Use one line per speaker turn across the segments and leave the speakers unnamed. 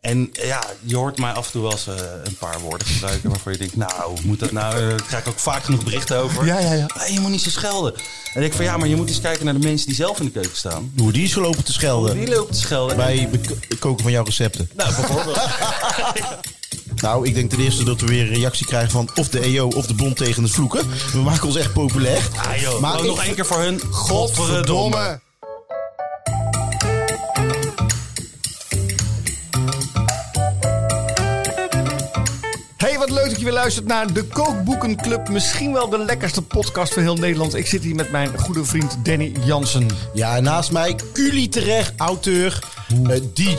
En eh, ja, je hoort mij af en toe wel eens eh, een paar woorden gebruiken waarvan je denkt, nou, moet dat nou? eh, Daar krijg ik ook vaak genoeg berichten over.
Ja, ja, ja.
Nee, je moet niet zo schelden. En ik van ja, maar je moet eens kijken naar de mensen die zelf in de keuken staan.
Hoe die is gelopen te
Die
schelden
lopen te schelden.
bij het koken van jouw recepten.
Nou, bijvoorbeeld.
Nou, ik denk ten eerste dat we weer een reactie krijgen van of de EO of de bond tegen het vloeken. We maken ons echt populair.
Ah, joh. Maar
ik-
nog één keer voor hun.
Godverdomme.
Hey, wat leuk dat je weer luistert naar de Kookboekenclub. Misschien wel de lekkerste podcast van heel Nederland. Ik zit hier met mijn goede vriend Danny Jansen.
Ja, en naast mij Culi terecht, auteur, eh, DJ,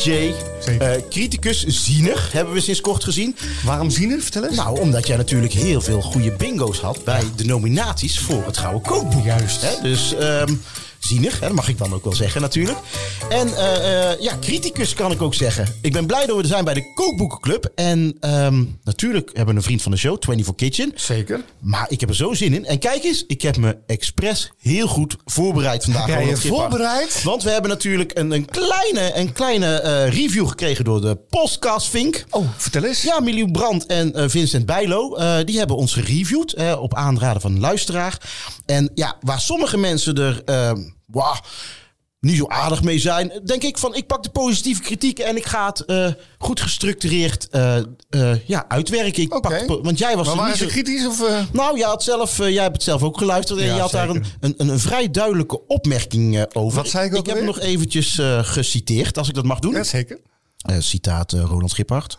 Zeker.
eh, criticus, ziener, hebben we sinds kort gezien.
Waarom zien we het? Vertel eens.
Nou, omdat jij natuurlijk heel veel goede bingo's had bij de nominaties voor het Gouden Kookboek.
Oh,
Juist. dus ehm zienig, hè, dat mag ik dan ook wel zeggen natuurlijk. En eh, eh, ja, criticus kan ik ook zeggen. Ik ben blij dat we er zijn bij de Kookboekenclub. En ehm, natuurlijk hebben we een vriend van de show, 24 Kitchen.
Zeker.
Maar ik heb er zo zin in. En kijk eens, ik heb me expres heel goed voorbereid vandaag.
jij
Ronald
je
Giphart.
voorbereid?
Want we hebben natuurlijk een, een kleine, een kleine eh, review gekregen door de podcast Vink.
Oh, vertel eens.
Ja, Milieu Brand en eh, Vincent Bijlo, eh, die hebben ons gereviewd eh, op aanraden van een luisteraar. En ja, waar sommige mensen er eh, wauw, niet zo aardig mee zijn, denk ik van ik pak de positieve kritiek en ik ga het eh, goed gestructureerd eh, eh, ja, uitwerken. Ik
Oké.
pak de po- want jij was
Maar
er
waren
niet
ze
zo...
kritisch of... eh?
Nou, jij, had zelf, eh, jij hebt het zelf ook geluisterd en
Ja,
je had daar een,
zeker.
een, een, een vrij duidelijke opmerking eh, over.
Wat zei ik ook
heb hem
alweer?
nog eventjes eh, geciteerd, als ik dat mag doen.
Ja, zeker.
Eh, citaat eh, Roland Giphart,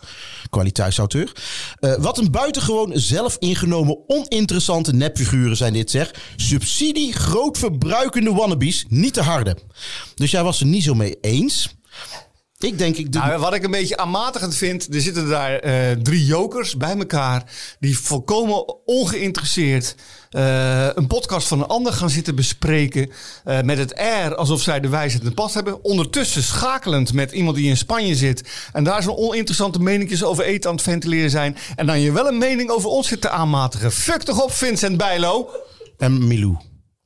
kwaliteitsauteur. Eh, wat een buitengewoon zelfingenomen, oninteressante nepfiguren zijn dit, zeg. Subsidie, grootverbruikende wannabes, niet te harde. Dus jij was er niet zo mee eens. Ik denk, ik doe...
Nou, wat ik een beetje aanmatigend vind, er zitten daar eh, drie jokers bij elkaar die volkomen ongeïnteresseerd eh, een podcast van een ander gaan zitten bespreken eh, met het air alsof zij de wijsheid in de pas hebben. Ondertussen schakelend met iemand die in Spanje zit en daar zo'n oninteressante meninkjes over eten aan het ventileren zijn en dan je wel een mening over ons zit te aanmatigen. Fuck toch op Vincent Bijlo!
En Milou.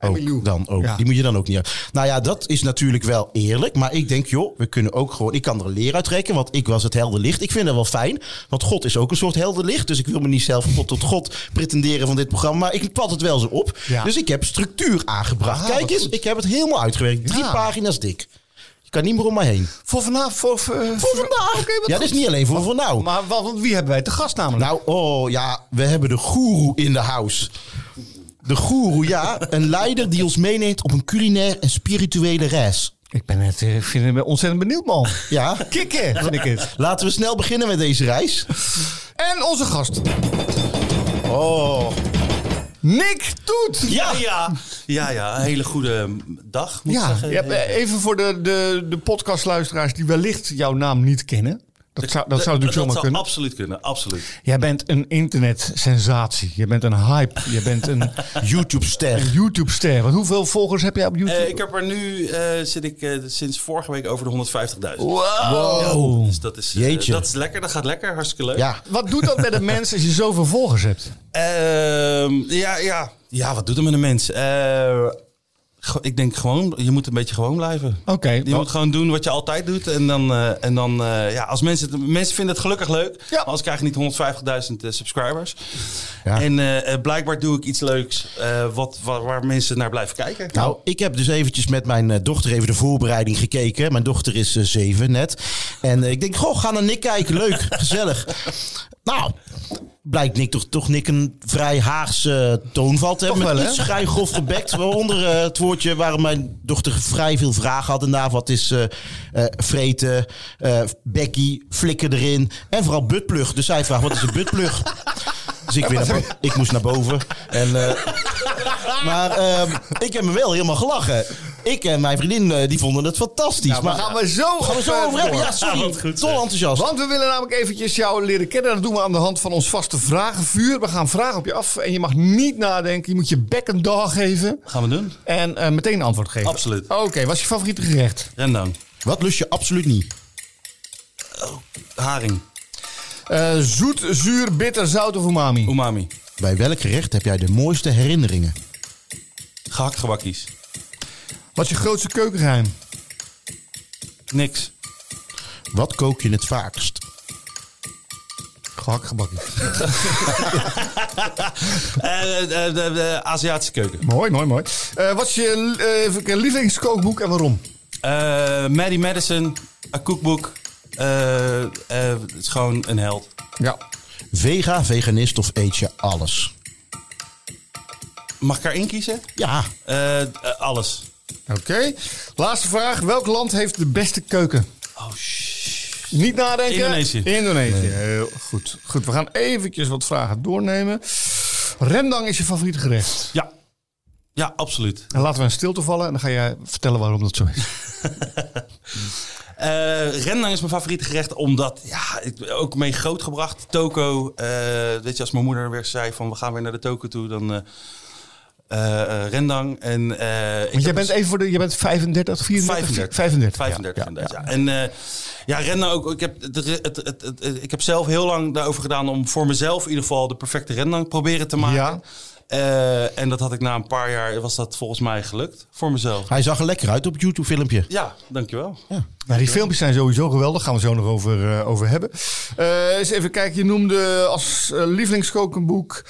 Ook,
Milou.
Dan ook.
Ja.
Die moet je dan ook niet uit. Nou ja, dat is natuurlijk wel eerlijk. Maar ik denk, joh, we kunnen ook gewoon. Ik kan er een leer uit trekken, want ik was het helder licht. Ik vind dat wel fijn. Want God is ook een soort helder licht. Dus ik wil me niet zelf God tot God pretenderen van dit programma. Maar ik pad het wel zo op.
Ja.
Dus ik heb structuur aangebracht.
Ah,
Kijk
wat
eens,
goed.
ik heb het helemaal uitgewerkt. Drie
Ja.
pagina's dik. Je kan niet meer om mij heen.
Voor vanavond. Voor, voor-
Voor vandaag.
Oké, wat
ja,
goed.
dat is niet alleen voor, voor nou.
Maar wat- want wie hebben wij te gast namelijk?
Nou, oh ja, we hebben de goeroe in de house. De goeroe, ja. Een leider die ons meeneemt op een culinair en spirituele reis.
Ik ben het, eh, vind het ontzettend benieuwd, man.
Ja.
Kikken, vind ik het.
Laten we snel beginnen met deze reis.
En onze gast,
Oh.
Nick Toet.
Ja.
ja. ja, ja, een hele goede mm, dag, moet ik
Ja,
zeggen.
je hebt, eh, even voor de, de, de podcastluisteraars die wellicht jouw naam niet kennen. Dat zou, dat zou natuurlijk zomaar kunnen.
Eh, absoluut kunnen, absoluut.
Jij bent een internetsensatie. Je bent een hype. Je bent een
YouTube-ster.
YouTube-ster. Want hoeveel volgers heb jij op YouTube?
Eh, ik heb er nu, eh, zit ik eh, sinds vorige week over de 150.000.
Wow.
Dus dat is, eh,
Jeetje.
dat is lekker, dat gaat lekker, hartstikke leuk.
Ja.
Wat doet dat met een mens als je zoveel volgers hebt?
Ehm, ja, ja. ja, wat doet het met een mens? Eh, ge- ik denk gewoon, je moet een beetje gewoon blijven.
Oké.
Je moet gewoon doen wat je altijd doet. En dan, eh, en dan eh, ja, als mensen, het- mensen vinden het gelukkig leuk.
Ja.
maar Anders krijg je niet 150.000 eh, subscribers.
Ja.
En eh, eh, blijkbaar doe ik iets leuks eh, wat, waar, waar mensen naar blijven kijken.
Nou, ik heb dus eventjes met mijn eh, dochter even de voorbereiding gekeken. Mijn dochter is eh, zeven net. En eh, ik denk, goh, ga naar Nick kijken. Leuk, gezellig. Nou, blijkt Nick toch, toch Nick een vrij Haagse toonval te hebben.
Toch wel,
met
hè?
iets vrij grof gebekt. Waaronder eh, het woordje waarom mijn dochter vrij veel vragen had. En daar wat is eh, eh, vreten, eh Becky, flikker erin. En vooral buttplug. Dus zij vraagt, wat is een buttplug? Dus ik, weer naar bo- ik moest naar boven. En, eh, maar ehm, ik heb me wel helemaal gelachen. Ik en mijn vriendin eh, die vonden het fantastisch.
Nou, maar
maar
gaan we zo,
gaan we zo over hebben?
door.
Ja, sorry.
Ja, wat goed,
Tol
zeg.
enthousiast.
Want we willen namelijk eventjes jou leren kennen. Dat doen we aan de hand van ons vaste vragenvuur. We gaan vragen op je af en je mag niet nadenken. Je moet je bek een dag geven
Gaan we doen?
en eh, meteen een antwoord geven.
Absoluut.
Oké, wat is je favoriete gerecht?
Rendang.
Wat lust je absoluut niet?
Haring.
Eh, zoet, zuur, bitter, zout of umami?
Umami.
Bij welk gerecht heb jij de mooiste herinneringen?
Gehaktgebakkies.
Wat is je grootste keukengeheim?
Niks.
Wat kook je het vaakst?
Gehaktgebakje.
Eh, eh, de, de, de Aziatische keuken.
mooi, mooi, mooi. Eh, wat is je eh, even kijken, lievelingskookboek en waarom?
Eh Mary Madison, een kookboek. Eh, eh, het is gewoon een held.
Ja.
Vega, veganist of eet je alles?
Mag ik erin kiezen?
Ja,
Eh, eh, alles.
Oké. Laatste vraag. Welk land heeft de beste keuken?
Oh, shh.
Niet nadenken.
Indonesië.
Indonesië. Heel goed. Goed, we gaan eventjes wat vragen doornemen. Rendang is je favoriete gerecht.
Ja. Ja, absoluut.
En laten we een stilte vallen en dan ga jij vertellen waarom dat zo is.
Eh, rendang is mijn favoriete gerecht, omdat ja, ik ben ook mee grootgebracht. Toko, eh, weet je, als mijn moeder weer zei van we gaan weer naar de toko toe, dan eh, eh, eh, rendang. En, eh, ik
Want jij
heb
bent even voor de, jij bent 35, 34,
35.
35.
35 vandaag,
Ja.
ja. En eh, ja, rendang ook. Ik heb, het, het, het, het- het- ik heb zelf heel lang daarover gedaan om voor mezelf in ieder geval de perfecte rendang proberen te maken.
Ja.
Eh, en dat had ik na een paar jaar, was dat volgens mij gelukt voor mezelf.
hij zag er lekker uit op het YouTube-filmpje.
Ja, dankjewel.
Nou, die filmpjes zijn sowieso geweldig. Gaan we zo nog over, eh, over hebben. Eh, eens even kijken. Je noemde als eh, lievelingskokenboek...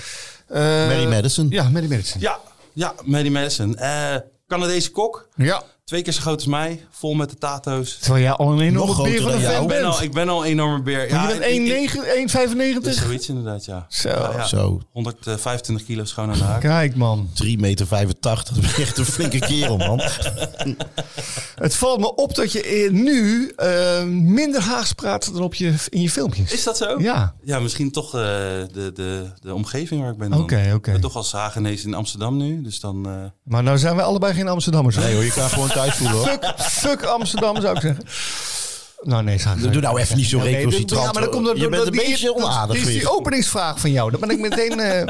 eh,
Mary Madison.
Ja, Mary Madison.
Ja, ja Mary Madison. Eh Canadese kok,
Ja.
twee keer zo groot als mij, vol met de tato's.
Terwijl jij al een
Nog
enorme
groter
beer van een
dan jou.
fan
Ik ben,
bent.
al, ik ben al een enorme beer. Ja,
Maar je
ik- ik-
bent 1,9 1,95?
Zoiets inderdaad, ja.
Zo.
Ja, ja.
Zo,
125 kilo schoon aan de haak.
Kijk man,
3,85 meter. Dat ben je echt een flinke kerel, man.
het valt me op dat je eh, nu eh, minder Haags praat dan op je, in je filmpjes.
Is dat zo?
Ja.
Ja, misschien toch eh, de, de, de omgeving waar ik ben. dan.
Oké, oké.
Ik ben toch als Hagenees in Amsterdam nu, dus dan... eh,
Maar nou zijn we allebei geen Amsterdammers. hoor.
Nee hoor, je kan gewoon thuis voelen hoor.
Fuck, fuck Amsterdam zou ik zeggen. Nou nee, zou ik
Doe nou even niet zo
Ja, nee,
recalcitrant.
ja, maar dan komt dat,
je bent een
die-
beetje
dat
onaardig
is die
weer.
openingsvraag van jou. Dan ben ik meteen... eh,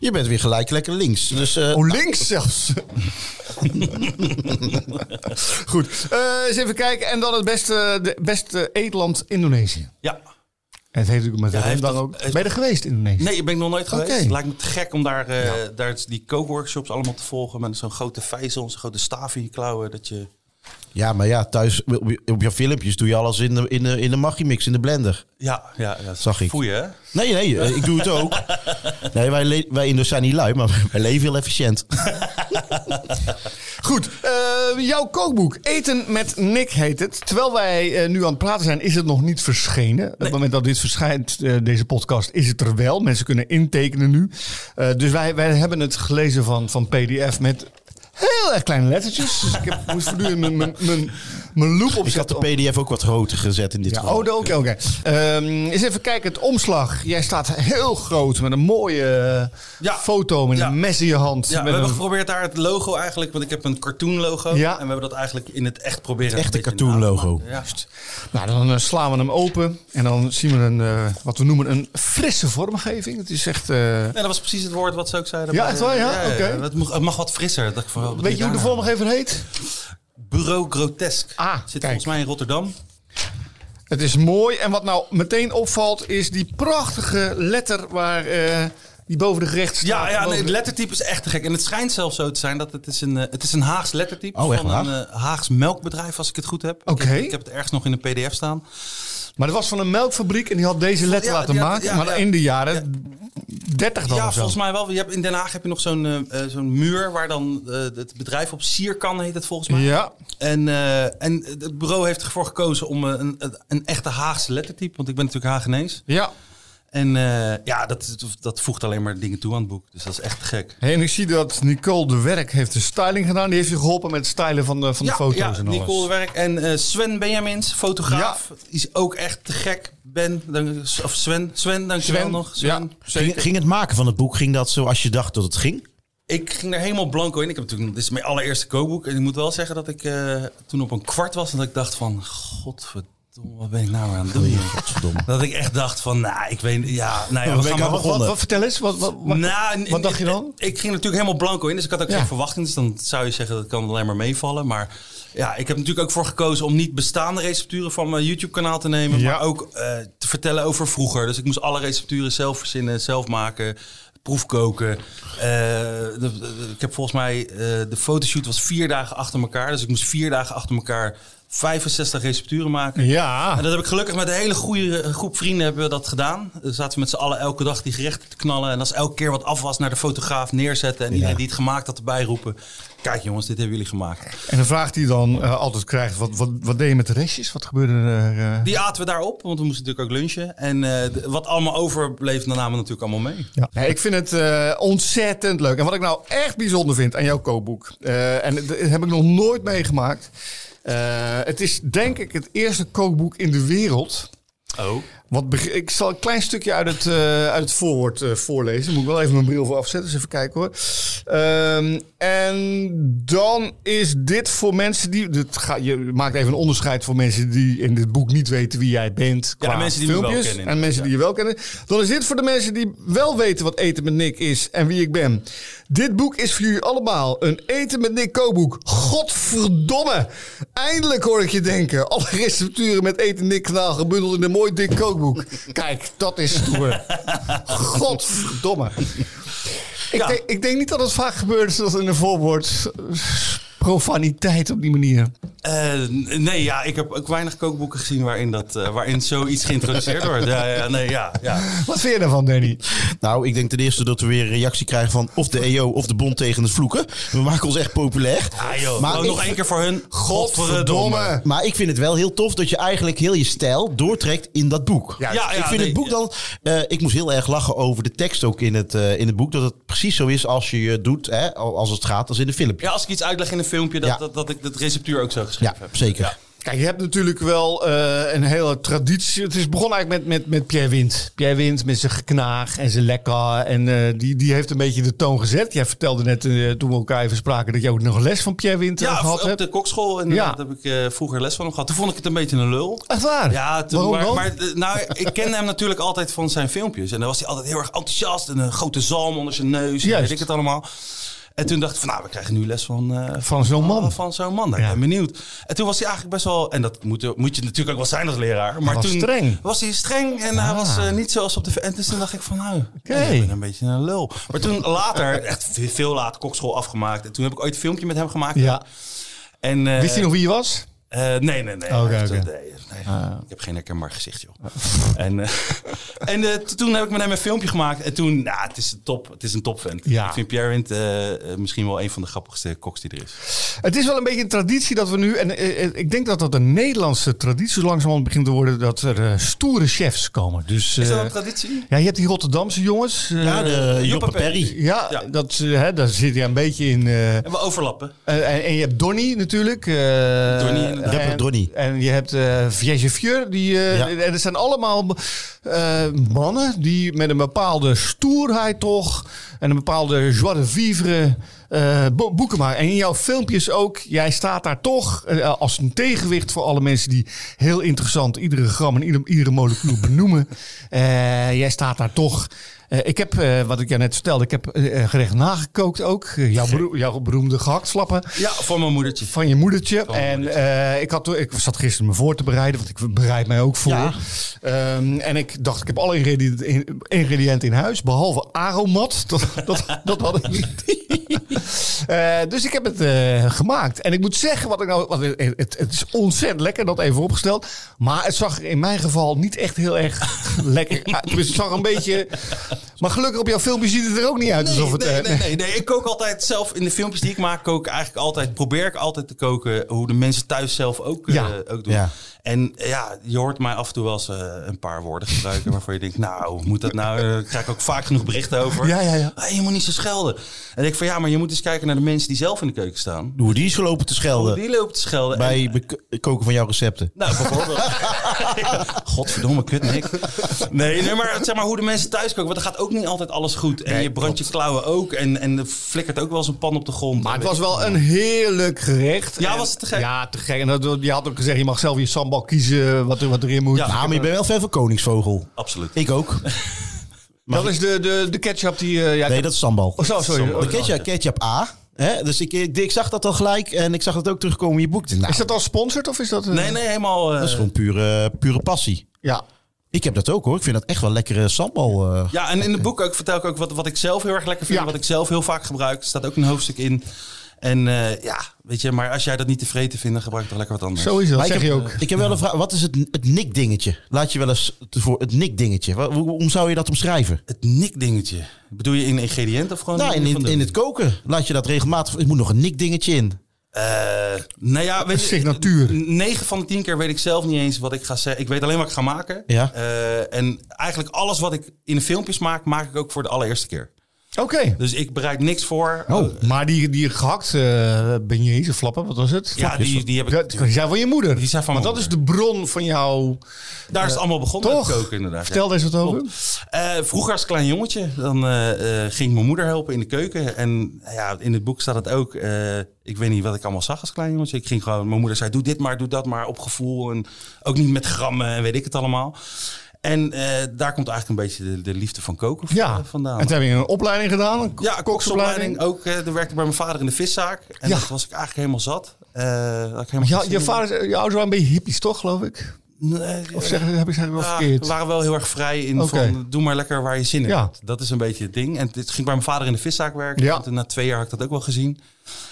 Je bent weer gelijk lekker links. Dus eh,
oh, links zelfs. Goed. Eh, eens even kijken. En dan het beste, de beste eetland Indonesië.
ja.
En het heeft natuurlijk met
Ja,
de
heeft
rendang
dat-
ook...
heeft-
ben je er geweest in Indonesië?
Nee, ik ben nog nooit geweest.
Oké.
Het lijkt me te gek om daar, eh, daar die kookworkshops allemaal te volgen. Met zo'n grote vijzel, zo'n grote staaf in je klauwen. Dat je...
ja, maar ja, thuis op je, op je filmpjes doe je alles in de, in de, in de machimix, in de blender.
Ja, ja, ja.
Zag ik.
Foei, hè?
Nee, nee, eh, ik doe het ook. Nee, wij, le- wij Indo's zijn niet lui, maar wij leven heel efficiënt.
Goed, eh, jouw kookboek Eten met Nick heet het. Terwijl wij eh, nu aan het praten zijn, is het nog niet verschenen. Op het moment dat dit verschijnt, eh, deze podcast, is het er wel. Mensen kunnen intekenen nu. Eh, dus wij, wij hebben het gelezen van, van PDF met heel erg kleine lettertjes. Dus ik heb, moest voortdurend mijn, mijn, mijn, mijn loop
Ik had
opzetten.
de PDF ook wat groter gezet in dit
Ja,
geval.
oh, de- oké, oké. Ehm, eens even kijken, het omslag. Jij staat heel groot met een mooie eh,
Ja.
foto met
Ja.
een mes in je hand.
Ja, we
met
hebben
een-
geprobeerd daar het logo eigenlijk, want ik heb een cartoon logo.
Ja.
En we hebben dat eigenlijk in het echt proberen.
Echte
een beetje
cartoon
na te
logo.
maken. Ja.
Nou, dan eh, slaan we hem open en dan zien we een, eh, wat we noemen een frisse vormgeving. Het is echt... eh,
Ja, dat was precies het woord wat ze ook zeiden.
Ja,
bij-
echt waar, ja? Oké.
Het, mag, het mag wat frisser. Dat ik van, wat doe
weet
je
je hoe de
daarna?
vormgever heet?
Bureau Grotesk.
Ah,
Zit
kijk.
volgens mij in Rotterdam.
Het is mooi en wat nou meteen opvalt is die prachtige letter waar, eh, die boven de gerecht staat.
Ja, ja
Boven
nee, het
de-
lettertype is echt te gek. En het schijnt zelfs zo te zijn dat het is een, eh, het is een Haags lettertype
Oh, echt
van
waar?
een eh, Haags melkbedrijf, als ik het goed heb. Ik
Oké.
heb- Ik, heb het ergens nog in een pdf staan.
Maar dat was van een melkfabriek en die had deze letter
Ja,
laten
die had-
maken.
ja,
maar
ja.
in de jaren 30 dan
ja,
of zo.
volgens mij wel. Je hebt, in Den Haag heb je nog zo'n eh, eh, zo'n muur waar dan eh, het bedrijf op Sierkan heet het volgens mij.
Ja,
En, eh, en het bureau heeft ervoor gekozen om eh, een, een, een echte Haagse lettertype, want ik ben natuurlijk Haagenees.
ja.
En eh, ja, dat, dat voegt alleen maar dingen toe aan het boek. Dus dat is echt te gek.
Hey, en ik zie dat Nicole de Werk heeft de styling gedaan. Die heeft je geholpen met het stylen van de, van de foto's en alles.
Nicole de Werk en eh, Sven Benjamins, fotograaf. Is ook echt te gek. Ben, dank- of Sven, Sven, dankjewel
Sven,
nog. Sven.
ging, ging het maken van het boek, ging dat zoals je dacht dat het ging?
Ik ging daar helemaal blanco in. Ik heb natuurlijk, dit is mijn allereerste kookboek. En ik moet wel zeggen dat ik eh, toen op een kwart was... en dat ik dacht van, godverdomme, wat ben ik nou weer aan het doen? hier?"
Godverdomme.
Dat ik echt dacht van, nou, ik weet... Ja, nou ja,
ben
we
ik
gaan maar
aan
Wat, wat,
begonnen.
wat- vertel eens, wat, wat, wat,
Nou,
wat dacht je dan?
Ik, ging natuurlijk helemaal blanco in, dus ik had ook
Ja.
geen verwachting. Dus dan zou je zeggen, dat kan alleen maar meevallen. Maar ja, ik heb natuurlijk ook voor gekozen om niet bestaande recepturen van mijn YouTube-kanaal te nemen.
Ja.
Maar ook eh, te vertellen over vroeger. Dus ik moest alle recepturen zelf verzinnen, zelf maken. Proefkoken. Eh, de- de- de- ik heb volgens mij eh, de fotoshoot was vier dagen achter elkaar. Dus ik moest vier dagen achter elkaar 65 recepturen maken.
Ja.
En dat heb ik gelukkig met een hele goede eh, groep vrienden hebben we dat gedaan. Dan zaten we met z'n allen elke dag die gerechten te knallen. En als elke keer wat af was naar de fotograaf neerzetten. En iedereen die het gemaakt had erbij roepen. Kijk jongens, dit hebben jullie gemaakt.
En de vraag die je dan eh, altijd krijgt, wat, wat, wat deed je met de restjes? Wat gebeurde er? eh?
Die aten we daarop, want we moesten natuurlijk ook lunchen. En eh, d- wat allemaal overbleef, dan namen we natuurlijk allemaal mee.
Ja. Nee, ik vind het eh, ontzettend leuk. En wat ik nou echt bijzonder vind aan jouw kookboek, eh, en dat heb ik nog nooit meegemaakt. eh, het is denk ik het eerste kookboek in de wereld.
Oh.
Wat beg- ik zal een klein stukje uit het, eh, uit het voorwoord eh, voorlezen. Moet ik wel even mijn bril voor afzetten, dus even kijken hoor. Ehm, en dan is dit voor mensen die... Dit ga, je maakt even een onderscheid voor mensen die in dit boek niet weten wie jij bent.
Ja,
Qua
en mensen die me wel
filmpjes
kennen,
En mensen
ja.
die je wel kennen. Dan is dit voor de mensen die wel weten wat Eten met Nick is en wie ik ben. Dit boek is voor jullie allemaal een Eten met Nick kookboek. Godverdomme! Eindelijk hoor ik je denken. Alle recepturen met Eten Nick kanaal gebundeld in een mooi dik kookboek. Kijk, dat is stoer. Godverdomme. Ik,
Ja.
denk, ik denk niet dat het vaak gebeurt dat in een voorwoord eh, profaniteit op die manier.
Eh, n- nee, ja, ik heb ook weinig kookboeken gezien waarin, dat, eh, waarin zoiets geïntroduceerd wordt. Ja, ja, nee, ja, ja.
Wat vind je daarvan, Danny?
Nou, ik denk ten eerste dat we weer een reactie krijgen van of de EO of de Bond tegen het vloeken. We maken ons echt populair.
Ah, joh.
Maar
Maar
ik-
nog één keer voor hun.
Godverdomme.
Maar ik vind het wel heel tof dat je eigenlijk heel je stijl doortrekt in dat boek.
Ja,
ja,
ik vind
nee,
het boek
ja.
dan. eh, ik moest heel erg lachen over de tekst ook in het, eh, in het boek. Dat het precies zo is als je je doet, hè, al- als het gaat, als in de filmpje.
Ja, als ik iets uitleg in een filmpje, dat,
Ja.
dat, dat ik dat receptuur ook zo geschreven
Ja,
heb.
zeker.
Ja.
Kijk, je hebt natuurlijk wel eh, een hele traditie. Het is begonnen eigenlijk met, met, met Pierre Wind. Pierre Wind met zijn geknaag en zijn lekka. En eh, die, die heeft een beetje de toon gezet. Jij vertelde net eh, toen we elkaar even spraken dat jij ook nog les van Pierre Wind eh,
Ja,
gehad
op
hebt.
de kokschool inderdaad heb ik eh, vroeger les van hem gehad. Toen vond ik het een beetje een lul.
Echt waar?
Ja, toen,
Waarom
maar,
dan?
maar eh, nou, ik kende hem natuurlijk altijd van zijn filmpjes. En dan was hij altijd heel erg enthousiast en een grote zalm onder zijn neus. En
Juist.
weet ik het allemaal. En toen dacht ik van, nou, we krijgen nu les van, eh,
Van zo'n man.
Van zo'n man, Nou, ik
Ja.
ben benieuwd. En toen was hij eigenlijk best wel, en dat moet, moet je natuurlijk ook wel zijn als leraar. Maar
was
toen
streng. Ah.
was hij streng en hij was eh, niet zoals op de... En dus toen dacht ik van, nou,
Oké.
ik ben een beetje een lul. Maar toen later, echt veel- veel later, kokschool afgemaakt. En toen heb ik ooit een filmpje met hem gemaakt.
Ja.
En, eh,
Wist hij nog wie je was?
eh, nee, nee, nee.
Oké,
Echt,
oké. Ah.
nee, eh, nee. Ik heb geen herkenbaar gezicht, joh. En, eh, en eh, t- toen heb ik met hem een filmpje gemaakt. En toen, nou, het is een top, het is een topvent.
Ja.
Ik vind Pierre Wind eh, eh, misschien wel een van de grappigste koks die er is.
Het is wel een beetje een traditie dat we nu, en eh, eh, ik denk dat dat een Nederlandse traditie zo langzamerhand begint te worden, dat er eh, stoere chefs komen. Dus,
Is dat
eh,
een traditie?
ja, je hebt die Rotterdamse jongens. eh,
Ja, de
Eh,
Joppe
Joppe
Perry.
ja,
Ja.
Dat, eh, hè, daar zit hij een beetje in. eh,
En we overlappen.
Eh, en, en je hebt Donny natuurlijk. eh,
Donnie, inderdaad.
Rapper
en,
Donnie.
En je hebt eh Vierge Fieur. Die, eh,
Ja.
En dat zijn allemaal eh, mannen die met een bepaalde stoerheid toch... en een bepaalde joie de vivre eh, bo- boeken maken. En in jouw filmpjes ook. Jij staat daar toch eh, als een tegenwicht voor alle mensen... die heel interessant iedere gram en ieder, iedere molecuul benoemen. Eh, jij staat daar toch... Eh, ik heb, eh, wat ik jou net vertelde, ik heb eh, eh, gerecht nagekookt ook. Eh, jouw, beroe- jouw beroemde gehaktslappen.
Ja, voor mijn moedertje.
Van je moedertje.
mijn
en eh, ik, had, ik zat gisteren me voor te bereiden, want ik bereid mij ook voor.
Ja.
Ehm, en ik dacht, ik heb alle ingrediënten in, ingrediënten in huis, behalve aromat. Dat, dat, dat had ik niet. Eh, dus ik heb het eh, gemaakt. En ik moet zeggen, wat ik nou, wat, het, het- het is ontzettend lekker, dat even opgesteld. Maar het zag er in mijn geval niet echt heel erg lekker uit. Dus het zag een beetje... Maar gelukkig op jouw filmpje ziet het er ook niet uit alsof het...
nee,
eh,
nee, nee, nee. Ik kook altijd zelf in de filmpjes die ik maak, kook ik eigenlijk altijd, probeer ik altijd te koken hoe de mensen thuis zelf ook, eh,
Ja.
ook doen.
Ja.
En eh, ja, je hoort mij af en toe wel eens eh, een paar woorden gebruiken waarvan je denkt, nou, moet dat nou? Daar krijg ik ook vaak genoeg berichten over.
Ja, ja, ja.
Hey, je moet niet zo schelden. En ik denk van ja, maar je moet eens kijken naar de mensen die zelf in de keuken staan.
Hoe die is gelopen te
Hoe
schelden
Die lopen te schelden. En-
bij bek- koken van jouw recepten.
nou, bijvoorbeeld. Ja, Godverdomme, kut Nick. Nee, nee maar, zeg maar hoe de mensen thuis koken. Want er gaat ook niet altijd alles goed. En je brandt je klauwen ook. En, en er flikkert ook wel eens een pan op de grond.
Maar het was wel een heerlijk gerecht.
Ja,
En-
was het te gek?
Ja, te gek. En dat, je had ook gezegd, je mag zelf je sambal kiezen wat, er, wat erin moet.
Ja.
Ah, maar je bent wel fan van Koningsvogel.
Absoluut.
Ik ook.
dat is de, de, de ketchup die... eh, ja,
Nee, dat is sambal.
Oh, zo, sorry.
De ketchup, ketchup A. Hè? Dus ik, ik, ik zag dat al gelijk en ik zag dat ook terugkomen in je boek. Ik dacht, Nou,
Is dat al sponsored of is dat... eh,
Nee, nee, helemaal... eh,
dat is gewoon pure, pure passie.
Ja.
Ik heb dat ook hoor. Ik vind dat echt wel lekkere sambal. eh.
Ja, en in het boek ook, vertel ik ook wat, wat ik zelf heel erg lekker vind.
Ja.
Wat ik zelf heel vaak gebruik. Er staat ook een hoofdstuk in. En eh, ja, weet je, maar als jij dat niet tevreden vindt, dan gebruik toch lekker wat anders.
Zo is dat,
Maar
zeg
ik, heb,
je ook.
ik heb wel een vraag. Wat is het, het nikdingetje? Laat je wel eens voor het nikdingetje. Wa- Hoe, hoe zou je dat omschrijven?
Het nikdingetje. Bedoel je in ingrediënt of gewoon?
Nou,
in-
in,
van
in,
doen?
in het koken laat je dat regelmatig. Er moet nog een nikdingetje in.
Eh, nou ja, weet je, eh,
Signatuur.
9 van de 10 keer weet ik zelf niet eens wat ik ga zeggen. Ik weet alleen wat ik ga maken.
Ja.
Eh, en eigenlijk alles wat ik in de filmpjes maak, maak ik ook voor de allereerste keer.
Oké.
Dus ik bereid niks voor. Eh,
Oh, maar die, die gehakt eh beignets of flappen, wat was het?
ja, die, die heb ik.
Dat- die zijn van je moeder.
Die zijn van
Want
mijn
dat is de bron van jouw...
Daar is het allemaal begonnen
Eh, Toch?
met koken inderdaad.
Vertel eens wat over.
Eh, vroeger als klein jongetje, dan eh, eh, ging ik mijn moeder helpen in de keuken. En nou ja, in het boek staat het ook. eh, ik weet niet wat ik allemaal zag als klein jongetje. Ik ging gewoon, mijn moeder zei, doe dit maar, doe dat maar, op gevoel. En ook niet met grammen en weet ik het allemaal. En eh, daar komt eigenlijk een beetje de, de liefde van koken v-
Ja,
vandaan.
en toen heb je een opleiding gedaan. Een
ja, koksopleiding. Ook, eh daar werkte ik bij mijn vader in de viszaak. En
Ja.
dat was ik eigenlijk helemaal zat. Eh, had ik helemaal
Ja,
geen
je,
zin
vader, je ouders waren een beetje hippies, toch, geloof ik?
in. Nee,
Of zeg, heb ik zeg ik wel
Ja,
verkeerd?
we waren wel heel erg vrij in
Oké.
van doe maar lekker waar je zin in
Ja.
hebt. Dat is een beetje het ding. En dit ging bij mijn vader in de viszaak werken.
Ja.
En toen na twee jaar had ik dat ook wel gezien.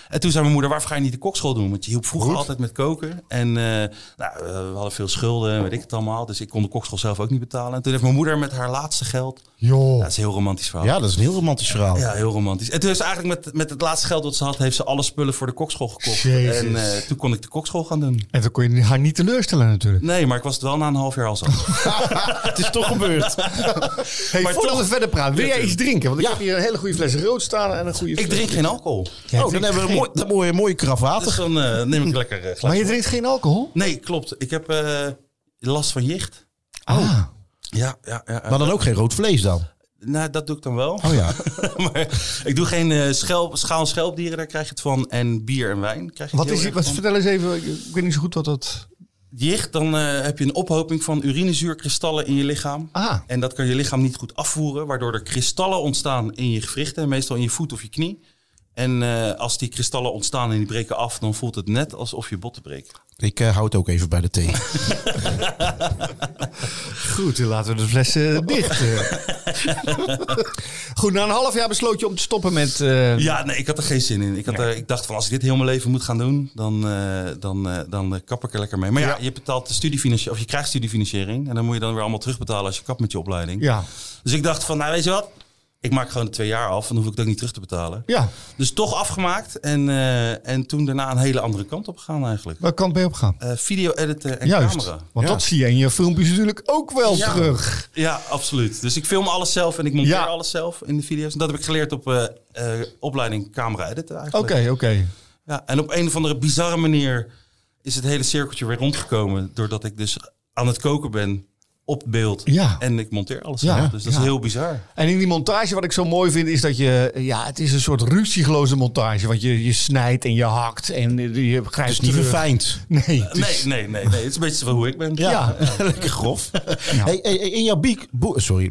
En toen zei mijn moeder, waarvoor ga je niet de kokschool doen? Want je hielp vroeger
Goed.
altijd met koken. En eh, nou, eh, we hadden veel schulden, en weet ik het allemaal. Dus ik kon de kokschool zelf ook niet betalen. En toen heeft mijn moeder met haar laatste geld...
Joh.
Ja, dat is een heel romantisch verhaal.
Ja, dat is een heel romantisch verhaal.
Oh.
Ja, heel romantisch. En toen heeft ze eigenlijk met, met het laatste geld wat ze had, heeft ze alle spullen voor de kokschool gekocht.
Jezus.
En eh, toen kon ik de kokschool gaan doen.
En dan kon je haar niet teleurstellen natuurlijk.
Nee, maar ik was het wel na een half jaar al
Oh,
zat.
Het is toch gebeurd.
Hey,
Maar
voordat
toch-
we verder praten, wil jij iets drinken? Want ik
Ja.
heb hier een hele goede fles rood staan en een goede
ik
fles-
drink geen alcohol.
Jij
oh, dan
drinkt
hebben we een
geen-
mooi, een mooie, mooie krat water.
Dus dan eh, neem ik lekker eh, glaasje
Maar je drinkt geen alcohol?
Nee, klopt. Ik heb eh, last van jicht. Oh.
Ah.
Ja, ja, ja. ja.
Maar dan ook geen rood vlees dan.
Nou, dat doe ik dan wel.
Oh ja.
maar ik doe geen eh, schelp, schaal- en schelpdieren, daar krijg je het van. En bier en wijn krijg je
Wat
het
is
heel
het?
erg van.
Wat, vertel eens even, ik weet niet zo goed wat dat...
Jicht, dan eh, heb je een ophoping van urinezuurkristallen in je lichaam.
Ah,
En dat kan je lichaam niet goed afvoeren, waardoor er kristallen ontstaan in je gewrichten. Meestal in je voet of je knie. En eh, als die kristallen ontstaan en die breken af, dan voelt het net alsof je botten breekt.
Ik eh, hou het ook even bij de thee.
goed, dan laten we de flessen dicht. eh. goed, na een half jaar besloot je om te stoppen met... eh,
Ja, nee, ik had er geen zin in. Ik, had er, ik dacht van als ik dit heel mijn leven moet gaan doen, dan, eh, dan, eh, dan eh, kap ik er lekker mee. Maar ja,
Ja.
je betaalt de studiefinanciering, of je krijgt studiefinanciering. En dan moet je dan weer allemaal terugbetalen als je kapt met je opleiding.
ja.
Dus ik dacht van, nou weet je wat? Ik maak gewoon de twee jaar af, dan hoef ik het ook niet terug te betalen.
ja.
Dus toch afgemaakt en, eh, en toen daarna een hele andere kant op gegaan eigenlijk.
Welke kant ben je op gaan?
Eh, video editen en
Juist,
camera.
want
Ja.
dat zie je in je filmpjes natuurlijk ook wel
Ja.
terug.
Ja, absoluut. Dus ik film alles zelf en ik monteer
Ja.
alles zelf in de video's. En dat heb ik geleerd op eh, eh, opleiding camera editen
Oké,
eigenlijk.
oké.
Ja, en op een of andere bizarre manier is het hele cirkeltje weer rondgekomen. Doordat ik dus aan het koken ben op beeld.
Ja.
En ik monteer alles
Ja,
zelf. Dus dat
ja.
is heel bizar.
En in die montage, wat ik zo mooi vind, is dat je... Ja, het is een soort ruziegeloze montage. Want je, je snijdt en je hakt en je
Het
grijpt
is niet
terug.
verfijnd.
Nee, het is-
Nee, nee, nee, nee. Het is een beetje van hoe ik ben.
Ja, lekker grof. Hey, hey, hey, in, jouw biek, boek, sorry,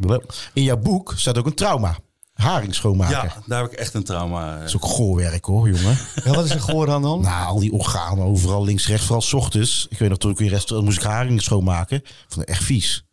in jouw boek staat ook een trauma. Haring schoonmaken.
Ja, daar heb ik echt een trauma. eh.
Dat is ook goorwerk hoor, jongen.
Ja, wat is er gehoor aan dan?
Nou, al die organen overal links, rechts, vooral 's ochtends. Ik weet nog, toen ik in een restaurant moest ik haring schoonmaken. Ik vond het echt vies.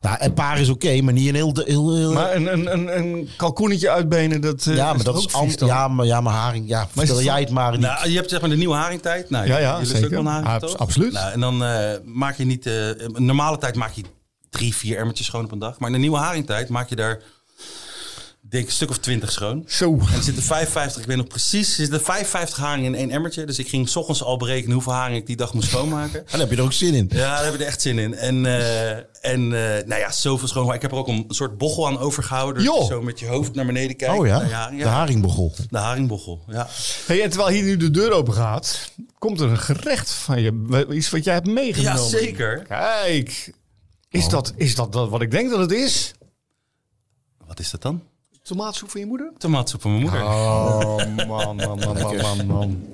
Nou, een paar is oké, maar niet een heel... de- heel, heel-
Maar een, een, een, een kalkoenetje uitbenen, dat eh,
ja, maar dat
toch
is
ook vies
anders.
dan?
Ja, maar, ja, maar haring, ja, vertel
het
jij
van-
het maar niet.
Nou, je hebt zeg maar de nieuwe haringtijd. Nou,
Ja, ja,
jullie
zeker.
Ook wel een haring,
Abs-
toch?
absoluut.
Nou, en dan eh, maak je niet... eh, een normale tijd maak je drie, vier emmertjes schoon op een dag. Maar in de nieuwe haringtijd maak je daar... ik Denk een stuk of twintig schoon.
Zo.
En er zitten 55, ik weet nog precies, er zitten 55 haringen in één emmertje. Dus ik ging 's ochtends al berekenen hoeveel haring ik die dag moest schoonmaken.
Daar heb je er ook zin in.
Ja, daar heb ik er echt zin in. En, eh, en eh, nou ja, zoveel schoon. Ik heb er ook een soort bochel aan overgehouden. Dat
Joh.
je zo met je hoofd naar beneden kijken.
oh ja,
Naar je haring,
de
nou ja.
haringbochel.
De haringbochel, ja.
Hey, en terwijl hier nu de deur open gaat, komt er een gerecht van je. Iets wat jij hebt meegenomen.
Ja, zeker.
Kijk,
Oh.
is, dat, is dat, dat wat ik denk dat het is?
Wat is dat dan?
Tomaatsoep van je moeder?
Tomaatsoep van mijn moeder.
Oh, man, man, man, man, man, man.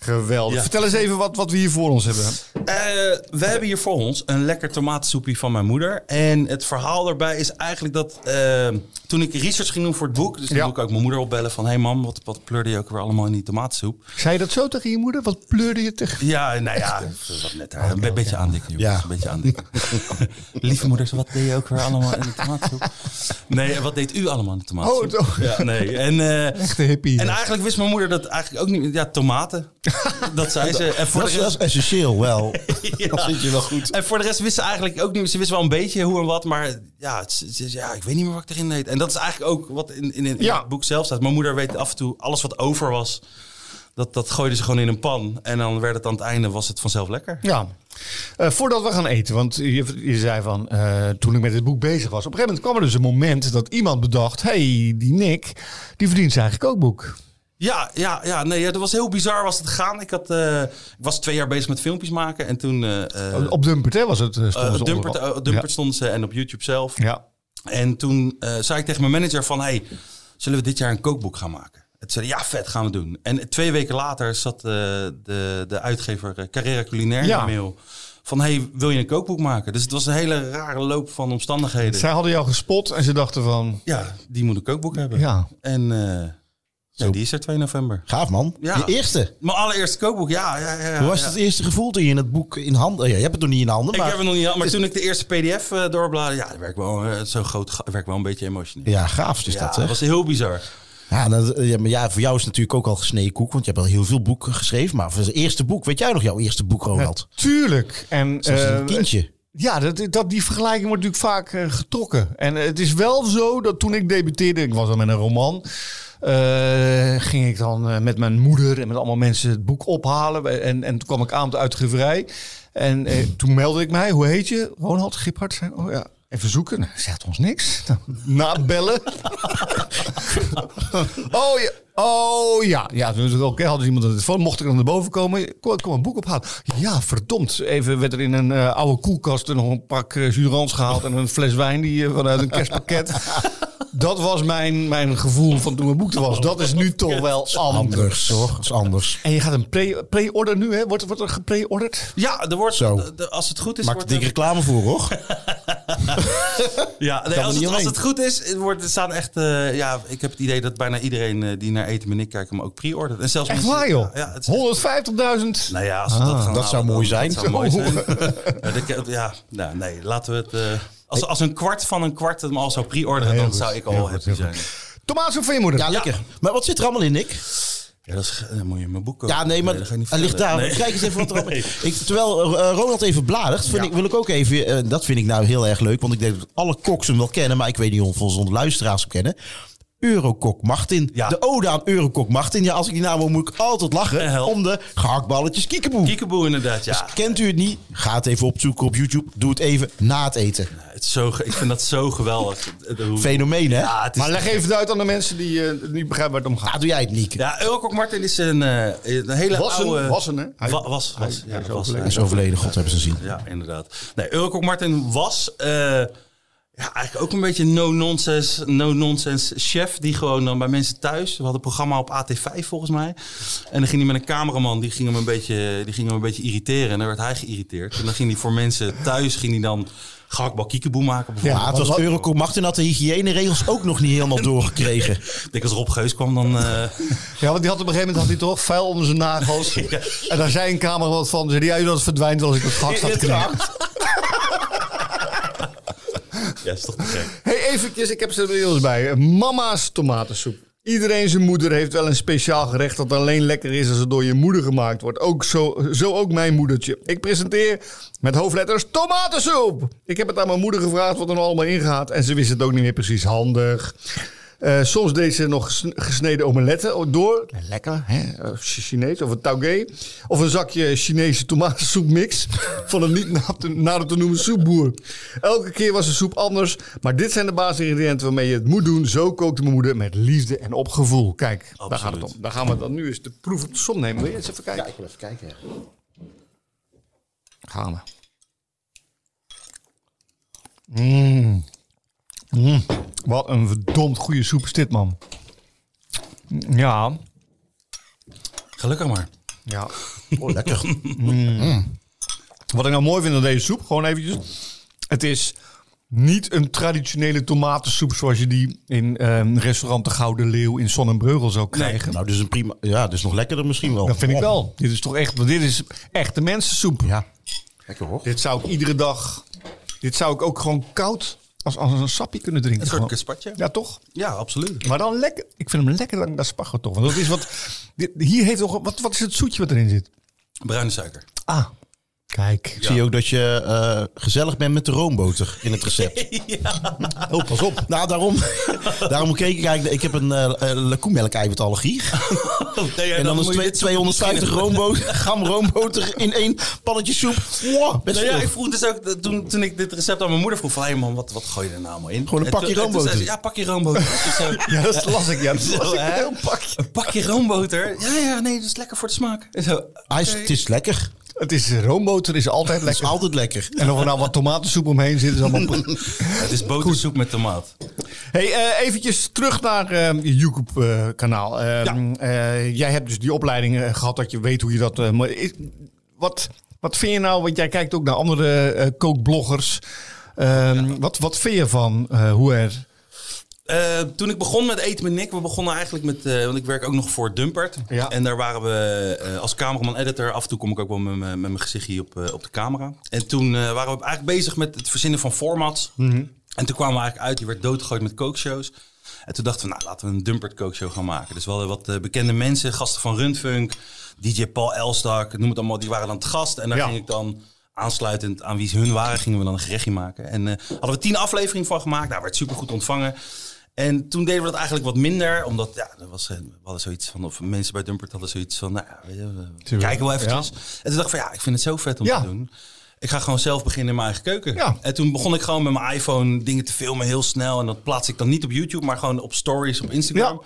Geweldig.
Ja.
Vertel eens even wat, wat we hier voor ons hebben.
Eh, we hebben hier voor ons een lekker tomatensoepie van mijn moeder. En het verhaal daarbij is eigenlijk dat eh, toen ik research ging doen voor het boek... dus dan
Ja.
doe ik ook mijn moeder opbellen van... hé hey mam, wat, wat pleurde je ook weer allemaal in die tomatensoep?
Zei je dat zo tegen je moeder? Wat pleurde je tegen?
Ja, nou ja, wat net daar. Een be- beetje aandikken, jongens.
Ja.
Een beetje aandikken. Lieve moeders, wat deed je ook weer allemaal in de tomatensoep? Nee, wat deed u allemaal in de tomatensoep?
Oh, toch?
ja, nee. En, eh,
Echte hippie.
en eigenlijk wist mijn moeder dat eigenlijk ook niet. Ja, tomaten. Dat zei ze. En voor
Dat is,
de
dat
rest-
is essentieel wel.
Ja.
Dat vind je wel goed.
En voor de rest wist ze eigenlijk ook niet. Ze wist wel een beetje hoe en wat, maar ja, het- ze- ze- ja ik weet niet meer wat ik erin deed. En dat is eigenlijk ook wat in, in, in
Ja.
het boek zelf staat. Mijn moeder weet af en toe alles wat over was. Dat, dat gooide ze gewoon in een pan. En dan werd het aan het einde was het vanzelf lekker.
Ja. Eh, voordat we gaan eten, want je, je zei van eh, toen ik met dit boek bezig was. Op een gegeven moment kwam er dus een moment dat iemand bedacht: hey, die Nick, die verdient zijn eigen kookboek.
Ja, ja, ja. Nee, ja, dat was heel bizar was het gegaan. Ik, had, eh, ik was twee jaar bezig met filmpjes maken. En toen eh, eh,
op Dumpert, hè, Oh, was het? eh,
eh,
stonden ze
op Dumpert,
onderal.
eh, op Dumpert stonden ze en op YouTube zelf.
Ja. ja.
En toen eh, zei ik tegen mijn manager van... Hey, zullen we dit jaar een kookboek gaan maken? Het zei hij, ja, vet, gaan we doen. En twee weken later zat eh, de, de uitgever eh, Carrera Culinair in
Ja.
de mail... van, hey, wil je een kookboek maken? Dus het was een hele rare loop van omstandigheden.
Zij hadden jou gespot en ze dachten van.
Ja, die moet een kookboek hebben.
Ja.
En eh, ja, die is er 2 november.
Gaaf man.
Ja.
De eerste.
Mijn allereerste kookboek, ja. ja, ja, ja.
Hoe was het eerste gevoel toen je het boek in handen... Ja, je hebt het nog niet in handen,
Ik
maar...
heb het nog niet gehad, maar toen ik de eerste pdf eh doorbladerde... ja, dat werkt wel, eh, zo groot, ga- werd ik wel een beetje emotioneel.
Ja, gaaf is
Ja,
dat, hè?
dat was heel bizar.
Ja, dat- ja, maar ja, voor jou is het natuurlijk ook al gesneden koek, want je hebt al heel veel boeken geschreven. Maar voor het eerste boek, weet jij nog jouw eerste boek, Ronald?
Tuurlijk. En,
Dat was
eh,
een kindje.
Ja, dat, dat, die vergelijking wordt natuurlijk vaak eh, getrokken. En het is wel zo dat toen ik debuteerde, ik was dan met een roman, eh, ging ik dan eh, met mijn moeder en met allemaal mensen het boek ophalen. En, en toen kwam ik aan op de uitgeverij. En eh, toen meldde ik mij, hoe heet je? Ronald Giphart. Zei, Oh ja. Even zoeken. Nou, zegt ons niks. Nou, nabellen. oh ja. Oh ja. Ja, dus oké. hadden ze iemand aan de telefoon. Mocht ik dan naar boven komen, kom, kom een boek ophalen. Ja, verdomd. Even werd er in een eh, oude koelkast nog een pak eh, Jurans gehaald en een fles wijn die, eh, vanuit een kerstpakket. Dat was mijn, mijn gevoel van toen mijn boek er was. Dat is nu toch wel anders.
Anders, hoor. Dat is anders.
En je gaat een pre- pre-order nu, hè? Wordt, wordt er gepre-orderd?
Ja, er wordt,
Zo.
de- de- als het goed is...
Maak er
wordt
dik
er-
reclame voor, hoor.
Ja, nee, als,
Kan er
het,
niet
als
omheen.
het goed is, het wordt, er staan echt... eh, ja, ik heb het idee dat bijna iedereen eh, die naar Eten met ik kijkt hem ook pre-ordert. En zelfs
Echt
mensen-
waar, joh.
Ja, ja, het is-
150.000.
nou ja, als we dat, gaan
Ah, dat zou
halen,
mooi
dan-
zijn.
Dat zou mooi zijn. Ja, dat ik- ja, nou, nee, laten we het... eh, als, als een kwart van een kwart hem al zou pre-orderen,
Heel
dan
goed,
zou ik
heel
al
goed,
happy
heel
zijn.
Tomaatsoep van je moeder.
Ja, lekker. Maar wat zit er allemaal in, Nick?
Ja, dat is, dan moet je mijn boek kopen.
Ja, nee, maar
dat Oh, ga ik niet
hij ligt daar.
vertellen. Nee.
Kijk eens even wat erop ik, Terwijl eh, Ronald even bladert, vind ik, wil ik ook even... eh, dat vind ik nou heel erg leuk, want ik denk dat alle koks hem wel kennen. Maar ik weet niet of onze luisteraars hem kennen. Eurokok Martin.
Ja.
De ode aan Eurokok Martin. Ja, als ik die naam hoor, moet ik altijd
Eh,
lachen.
help.
Om de gehaktballetjes kiekeboe.
Kiekeboe inderdaad, ja.
Kent u het niet? Ga het even opzoeken op YouTube. Doe het even na het eten.
Het is zo, ge- ik vind dat zo geweldig. Het- het- hoe-
Fenomeen, hè?
Ja, het is
Maar leg even het uit aan de mensen die eh, niet begrijpen waar het om gaat.
Ah, doe jij het, Niek.
Ja, Eurokok Martin is een, eh, een hele
Wassen,
oude...
wassen, hè? Hij-
Wa- was, was, ja,
is
was,
overleden.
ja.
Hij is overleden, God hebben ze zien.
Ja, inderdaad. Nee, Eurokok Martin was eh, ja, eigenlijk ook een beetje een no-nonsense no -nonsense chef. Die gewoon dan bij mensen thuis... We hadden een programma op AT5 volgens mij. En dan ging hij met een cameraman, die ging hem een beetje, die ging hem een beetje irriteren. En dan werd hij geïrriteerd. En dan ging hij voor mensen thuis ging hij dan gehaktbal kiekeboe maken bijvoorbeeld.
Ja, het was Eurocop Martin had de hygiëneregels ook nog niet helemaal doorgekregen.
Ik denk als Rob Geus kwam dan... eh,
Ja, want die had op een gegeven moment had hij toch vuil onder zijn nagels. En daar zei een camera wat van. Zei, die, ja, dat verdwijnt als ik het gat zat knippen.
ja, is toch te gek.
Hey, eventjes, ik heb ze er inmiddels bij. Mama's tomatensoep. Iedereen zijn moeder heeft wel een speciaal gerecht dat alleen lekker is als het door je moeder gemaakt wordt. Ook zo, zo ook mijn moedertje. Ik presenteer met hoofdletters tomatensoep. Ik heb het aan mijn moeder gevraagd wat er nou allemaal ingaat en ze wist het ook niet meer precies handig. Eh, soms deed ze nog gesn- gesneden omeletten door. Lekker, hè? Of Ch- Chinees of een taugé. Of een zakje Chinese tomatensoepmix. van een niet na te, nader te noemen soepboer. Elke keer was de soep anders. Maar dit zijn de basisingrediënten waarmee je het moet doen. Zo kookte mijn moeder met liefde en op gevoel. Kijk, daar gaat het om.
Absoluut.
Dan gaan we dan nu eens de proef op de som nemen. Wil je eens even kijken?
wil even kijken.
Gaan we. Mm. Wat een verdomd goede soep is dit, man. Ja,
Gelukkig maar.
Ja.
Oh, lekker.
Mm. Wat ik nou mooi vind aan deze soep, gewoon eventjes. Het is niet een traditionele tomatensoep zoals je die in ehm, restaurant De Gouden Leeuw in Sonnenbreugel zou krijgen.
nou, dus een prima. Ja, dus nog lekkerder misschien wel.
Dat vind ik wel. Dit is toch echt, want dit is echt de mensensoep.
Ja. Lekker hoor.
Dit zou ik iedere dag, dit zou ik ook gewoon koud als, als een sapje kunnen drinken.
Een soort
Gewoon.
gazpacho.
Ja, toch?
Ja, absoluut.
Maar dan lekker. Ik vind hem lekker lang naar spago toch. Want dat is wat, dit, hier heeft toch, wat, wat is het zoetje wat erin zit?
Bruine suiker.
Ah, kijk.
Ik zie ook dat je eh, gezellig bent met de roomboter in het recept. Oh, pas op. Nou, daarom, daarom keek ik eigenlijk... Ik heb een eh eh, lakoemelkeiwitallergie.
Oh,
en dan
moet
is
je
twee-
dit soort
250 roomboter, gram roomboter in één pannetje soep. Wow, best
Nou ja,
veel.
ik vroeg dus ook eh, toen, toen ik dit recept aan mijn moeder vroeg: van hé man, wat, wat gooi je er nou allemaal in?
Gewoon een
En
pakje
toen- en toen
roomboter.
zei ze, Ja, pakje roomboter. Dus zo,
Ja, dat las ik. Ja, dat las
Zo,
ik.
hè?
Heel pakje.
een pakje roomboter. Ja, ja, nee, dat is lekker voor de smaak. En zo,
Hij is- Het is lekker. Het
Het is eh, roomboter, is altijd
is
lekker.
altijd lekker.
En of er nou wat tomatensoep omheen zit, is allemaal prima.
Het is botersoep met tomaat.
Hey, eh, eventjes terug naar eh, je YouTube-kanaal. Ehm, jij hebt dus die opleiding eh, gehad dat je weet hoe je dat... eh, mo- is- wat, wat vind je nou, want jij kijkt ook naar andere eh, kookbloggers. Ehm, wat, wat vind je van eh, hoe er...
Eh, toen ik begon met Eten met Nick, we begonnen eigenlijk met... eh, want ik werk ook nog voor Dumpert.
Ja.
En daar waren we eh, als cameraman-editor. Af en toe kom ik ook wel met, mijn- met mijn gezichtje op, eh, op de camera. En toen eh, waren we eigenlijk bezig met het verzinnen van formats.
Mhm.
En toen kwamen we eigenlijk uit, je werd doodgegooid met kookshows. En toen dachten we, nou, laten we een Dumpert kookshow gaan maken. Dus we hadden wat eh, bekende mensen, gasten van Rundfunk, DJ Paul Elstak, noem het allemaal. Die waren dan het gast. En daar
Ja.
ging ik dan aansluitend aan wie ze hun waren, gingen we dan een gerechtje maken. En eh, hadden we tien afleveringen van gemaakt. Daar werd supergoed ontvangen. En toen deden we dat eigenlijk wat minder, omdat ja, er was, eh, we hadden zoiets van, of mensen bij Dumpert hadden zoiets van, nou ja, weet je, we
Tuurlijk,
kijken wel
ja.
eventjes. En toen dacht ik van, ja, ik vind het zo vet om
Ja.
te doen. Ik ga gewoon zelf beginnen in mijn eigen keuken.
Ja.
En toen begon ik gewoon met mijn iPhone dingen te filmen heel snel. En dat plaats ik dan niet op YouTube, maar gewoon op stories op Instagram.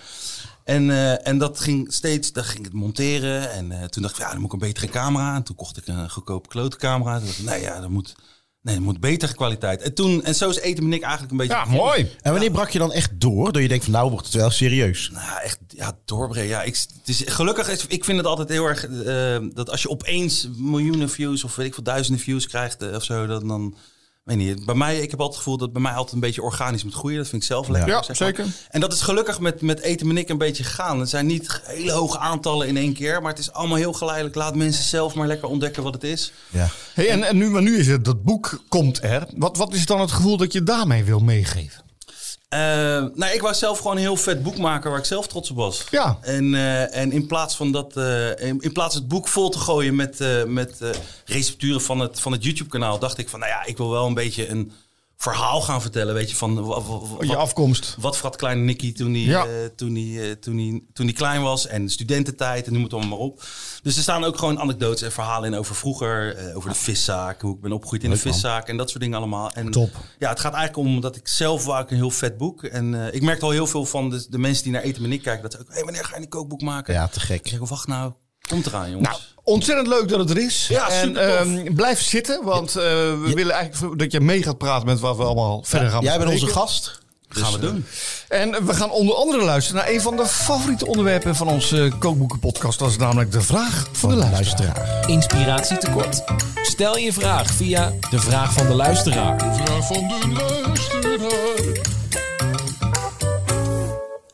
En, eh, en dat ging steeds, daar ging ik het monteren. En eh, toen dacht ik, van, ja, dan moet ik een betere camera. En toen kocht ik een goedkope klote camera. Toen dacht ik, nee, ja, dat moet, nee, dat moet betere kwaliteit. En, toen, en zo is Eten met Nick eigenlijk een beetje...
Ja, mooi.
En wanneer brak je dan echt door? Dat je denkt van nou wordt het wel serieus.
Nou, echt ja, doorbreken. Ja, ik, het is, gelukkig, is, ik vind het altijd heel erg eh, dat als je opeens miljoenen views of weet ik veel, duizenden views krijgt eh, of zo, dan, dan weet niet. Bij mij, ik heb altijd het gevoel dat bij mij altijd een beetje organisch moet groeien. Dat vind ik zelf lekker.
Ja,
zeg maar.
zeker.
En dat is gelukkig met, met Eten en ik een beetje gegaan. Het zijn niet hele hoge aantallen in één keer, maar het is allemaal heel geleidelijk. Laat mensen zelf maar lekker ontdekken wat het is.
Ja.
Hey, en, en nu, maar nu is het, dat boek komt er. Wat, wat is dan het gevoel dat je daarmee wil meegeven?
Eh, nou, ik wou zelf gewoon een heel vet boek maken waar ik zelf trots op was.
Ja.
En, eh, en in plaats van dat, eh, in, in plaats het boek vol te gooien met, eh, met eh, recepturen van het, van het YouTube-kanaal, dacht ik van, nou ja, ik wil wel een beetje een verhaal gaan vertellen, weet je, van wa- wa- wa-
Je
wat-
afkomst.
wat vrat kleine Nicky toen hij,
Ja.
eh, toen, hij, eh, toen, hij, toen hij klein was. En studententijd en noem het allemaal maar op. Dus er staan ook gewoon anekdotes en verhalen in over vroeger. eh, over de viszaak, hoe ik ben opgegroeid in de viszaak. En dat soort dingen allemaal. En,
Top.
Ja, het gaat eigenlijk om dat ik zelf wou ik een heel vet boek. En eh, ik merkte al heel veel van de, de mensen die naar Eten met ik kijken. Dat ze ook, hé hey, wanneer ga je een kookboek maken?
ja, te
Ik
gek.
zeg, wacht nou, komt eraan jongens.
Nou, ontzettend leuk dat het er is.
Ja,
en
supertof.
ehm, blijf zitten, want eh, we willen eigenlijk dat je mee gaat praten met wat we allemaal verder gaan
Jij bent onze
bespreken.
gast.
gaan we doen.
En we gaan onder andere luisteren naar een van de favoriete onderwerpen van onze eh, kookboekenpodcast. Dat is namelijk de vraag van de luisteraar.
Luisteraar.
Inspiratie tekort? Stel je vraag via de vraag van de luisteraar.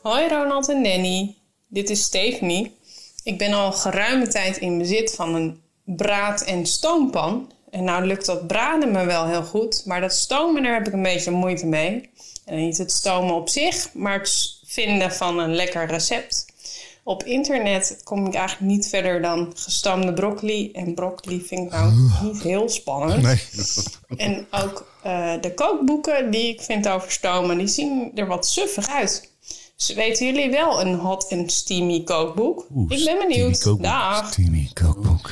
Hoi Ronald en Danny, dit is Stephanie. Ik ben al geruime tijd in bezit van een braad- en stoompan. En nou lukt dat braden me wel heel goed, maar dat stomen daar heb ik een beetje moeite mee. En niet het stomen op zich, maar het s- vinden van een lekker recept. Op internet kom ik eigenlijk niet verder dan gestamde broccoli. En broccoli vind ik nou niet heel spannend. En ook eh, de kookboeken die ik vind over stomen, die zien er wat suffig uit. Dus weten jullie wel een hot en steamy kookboek? ik ben benieuwd.
kookboek.
Dag.
Timmy, kookboek.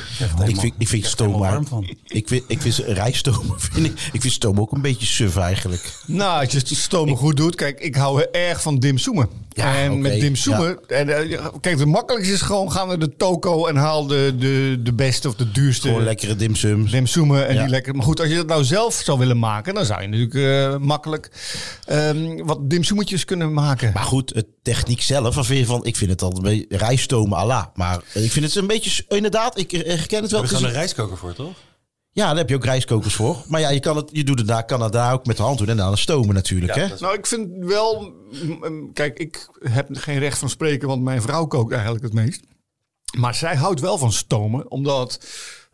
Ik vind, ik vind stoom
helemaal
maar-
warm van.
Ik vind, ik vind rijstoom, vind ik, ik vind stoom ook een beetje suf eigenlijk.
Nou, als je het stomen goed doet. Kijk, ik hou erg van dimsummen.
Ja,
en
oké,
met dim summen. En, eh, kijk, het makkelijkste is gewoon gaan naar de toko en haal de, de, de beste of de duurste
Gewoon lekkere dimsums.
dim summen en
Ja.
die lekker. Maar goed, als je dat nou zelf zou willen maken, dan zou je natuurlijk eh, makkelijk ehm, wat dim summetjes kunnen maken.
Maar goed, het techniek zelf, wat vind je van? Ik vind het al een beetje rijstomen à la. Maar ik vind het een beetje, s- inderdaad, ik eh, herken het wel.
Er is
Het is
gewoon een
een-
rijstkoker voor, toch?
ja, daar heb je ook rijstkokers voor. Maar ja, je, kan het, je doet het daar, kan het daar ook met de hand doen en dan stomen natuurlijk.
Ja,
hè?
dat is-
Nou, ik vind wel. mm, mm, Kijk, ik heb geen recht van spreken, want mijn vrouw kookt eigenlijk het meest. Maar zij houdt wel van stomen, omdat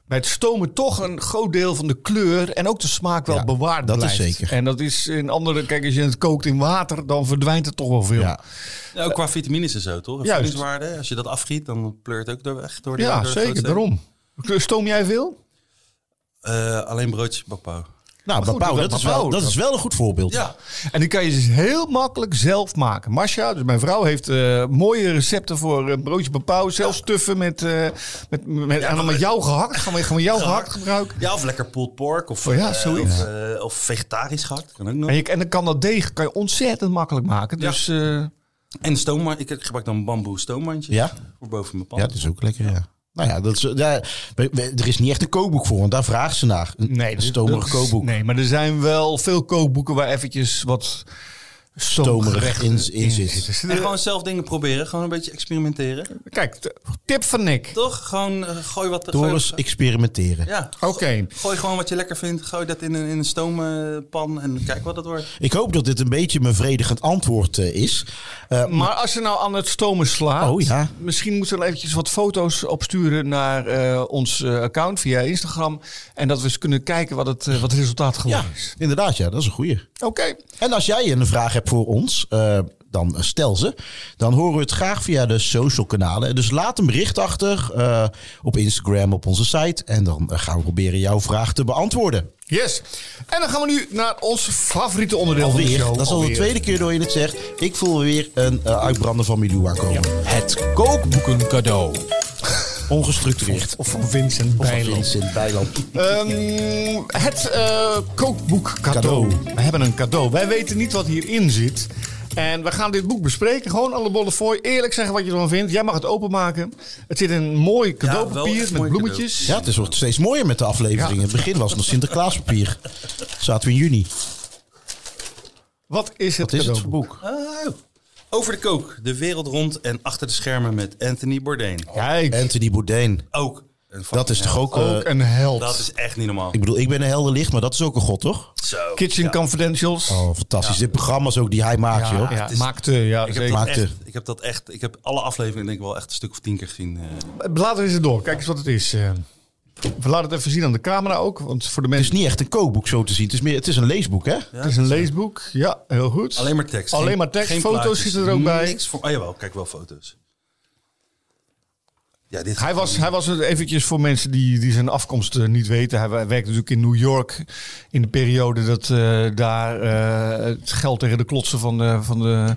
bij het stomen toch een groot deel van de kleur en ook de smaak wel
Ja,
bewaard
dat is
blijft.
zeker.
En dat is in andere. Kijk, als je het kookt in water, dan verdwijnt het toch wel veel.
Ja.
Nou, ook qua vitamines en zo, toch? En
Juist.
voedingswaarde. Als je dat afgiet, dan pleurt het ook door weg. Door de-
Ja,
door de
zeker.
grootste.
Daarom. Stoom jij veel?
Eh, alleen broodjes bakpao.
Nou,
goed,
Bapau,
dat
dat, is
Bapau,
wel- dat
dat-
is wel een goed voorbeeld.
Ja,
En die kan je dus heel makkelijk zelf maken. Masha, dus mijn vrouw, heeft eh, mooie recepten voor eh, broodjes bepaal. Zelf stuffen met, eh, met, met, en dan met jou gehakt. Gaan we, gaan we jou gehakt gebruiken.
ja of lekker pulled pork. Of,
Oh ja,
eh,
zoiets.
Of, eh, of vegetarisch gehakt. Kan ook nog.
En, je, en dan kan dat deeg kan je ontzettend makkelijk maken.
Ja.
Dus, eh,
En stoomman. Ik gebruik dan bamboe stoommandjes.
Ja.
Voor boven mijn pan.
Ja, dat is ook lekker, ja. Nou ja, dat is, daar, we- we- er is niet echt een kookboek voor, want daar vraagt ze naar. Een,
nee,
een stomerig
dat-
kookboek.
Nee, maar er zijn wel veel kookboeken waar eventjes wat
stomerig in,
stoomgerechten
in zit.
Dus,
En gewoon zelf dingen proberen. Gewoon een beetje experimenteren.
eh, Kijk, t- tip van Nick.
Toch? Gewoon eh, gooi wat...
Door
gooi-
eens experimenteren.
Ja.
Oké.
Gooi gewoon wat je lekker vindt. Gooi dat in een, in een stoompan en kijk wat dat wordt.
Ik hoop dat dit een beetje mijn vredigend antwoord eh, is. Eh,
Maar als ze nou aan het stomen slaat,
Oh, ja.
misschien moeten we wel eventjes wat foto's opsturen naar eh, ons eh, account via Instagram. En dat we eens kunnen kijken wat het, eh, wat het resultaat
ja,
geworden is.
inderdaad, ja, dat is een goeie.
Oké,
En als jij een vraag hebt voor ons, eh, dan stel ze. Dan horen we het graag via de social kanalen. Dus laat een bericht achter eh, op Instagram, op onze site. En dan eh, gaan we proberen jouw vraag te beantwoorden.
yes. En dan gaan we nu naar ons favoriete onderdeel van de
Alweer,
show.
dat is al de
Alweer.
tweede keer door je het zegt. Ik voel weer een eh, uitbranden van Milou aankomen.
Het kookboeken cadeau.
Ongestructureerd.
Of van Vincent Bijland.
Vincent Bijland.
Ehm, het eh, kookboek cadeau.
Cadeau.
We hebben een cadeau. Wij weten niet wat hierin zit. En we gaan dit boek bespreken. Gewoon alle bollen voor. Eerlijk zeggen wat je ervan vindt. Jij mag het openmaken. Het zit in een mooi
wel
cadeaupapier
echt
met
mooi
bloemetjes.
Ja, het is- wordt steeds mooier met de afleveringen. In het begin was het nog Sinterklaaspapier. Zaten we in juni.
Wat is het
Wat is het voor
cadeauboek?
boek?
Oh. Over de kook, de wereld rond en achter de schermen met Anthony Bourdain.
Kijk,
Anthony Bourdain.
Ook. een
Dat is
fucking
toch
held.
ook...
ook
eh,
een held.
Dat is echt niet normaal.
ik bedoel, ik ben een helder licht, maar dat is ook een god, toch?
Zo.
Kitchen
Ja.
Confidentials. Ah,
Oh, fantastisch. Dit programma's ook die hij maakt, joh.
ja,
is-
maakte, ja,
Ik
zeker.
heb, dat
Maakte.
echt, ik heb dat echt, ik heb alle afleveringen denk ik wel echt een stuk of tien keer gezien. eh.
Laten we eens door. Kijk eens wat het is. eh. We laten het even zien aan de camera ook. Want voor de
Het is
mensen...
niet echt een kookboek zo te zien. Het is, meer, het is een leesboek, hè?
Het is een leesboek. Ja, heel goed.
alleen maar tekst.
Alleen
Geen-
maar tekst.
geen
Foto's
plaatjes,
zitten er ook bij.
Niks voor, oh jawel, kijk wel foto's. Ja, dit
Hij was, hij was het eventjes voor mensen die, die zijn afkomst eh, niet weten. Hij werkte natuurlijk in New York in de periode dat eh, daar eh, het geld tegen de klotsen van de, van de,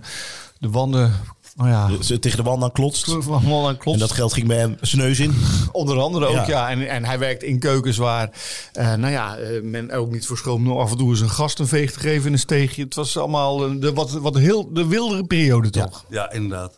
de wanden... Nou ja,
Ze tegen de wand aan klotst.
allemaal aan
En
klotsen.
dat geld ging bij hem zijn neus in.
Onder andere ook, ja.
Ja.
En, en hij werkt in keukens waar, eh, nou ja, eh, men ook niet verschoomt om af en toe eens een gast een veeg te geven in een steegje. Het was allemaal eh, de, wat, wat heel, de wildere periode toch? Ja.
Ja, inderdaad.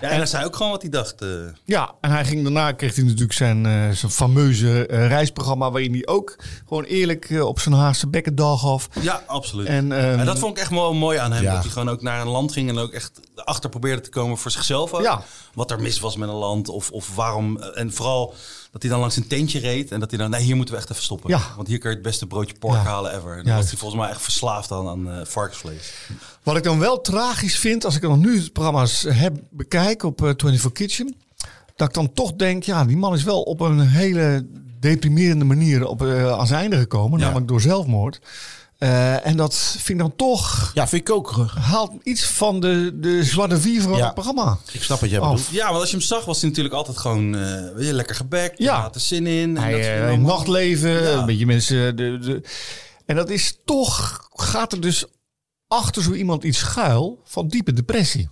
Ja, en hij zei ook gewoon wat hij dacht. eh.
en hij ging daarna, kreeg hij natuurlijk zijn, eh, zijn fameuze eh, reisprogramma waarin hij ook gewoon eerlijk eh, op zijn Haagse bekkendal gaf.
Ja, absoluut.
En, ehm,
En dat vond ik echt wel mooi aan hem.
Ja.
Dat hij gewoon ook naar een land ging en ook echt achter probeerde te komen voor zichzelf. Ook.
Ja.
Wat er mis was met een land. Of, of waarom. eh, En vooral dat hij dan langs een tentje reed. En dat hij dan, nee, hier moeten we echt even stoppen.
Ja.
Want hier kun je het beste broodje pork
Ja.
halen ever. En dan
Juist.
was hij volgens mij echt verslaafd aan, aan eh, varkensvlees.
Wat ik dan wel tragisch vind, als ik dan nu het programma's heb, bekijk op eh, 24 Kitchen, dat ik dan toch denk, ja, die man is wel op een hele deprimerende manier op, eh, aan zijn einde gekomen,
Ja.
namelijk door zelfmoord. Eh, en dat vind ik dan toch,
Ja, vind ik ook.
haalt iets van de, de zwarte vier van
Ja.
het programma.
Ik snap wat jij
Af.
bedoelt.
Ja, want als je hem zag was hij natuurlijk altijd gewoon eh, weet je, lekker gebekt.
Ja.
Ja. Had er zin in. en
Hij,
dat soort dingen
eh,
allemaal.
nachtleven,
Ja.
een beetje mensen. eh, De, de, en dat is toch, gaat er dus achter zo iemand iets schuil van diepe depressie.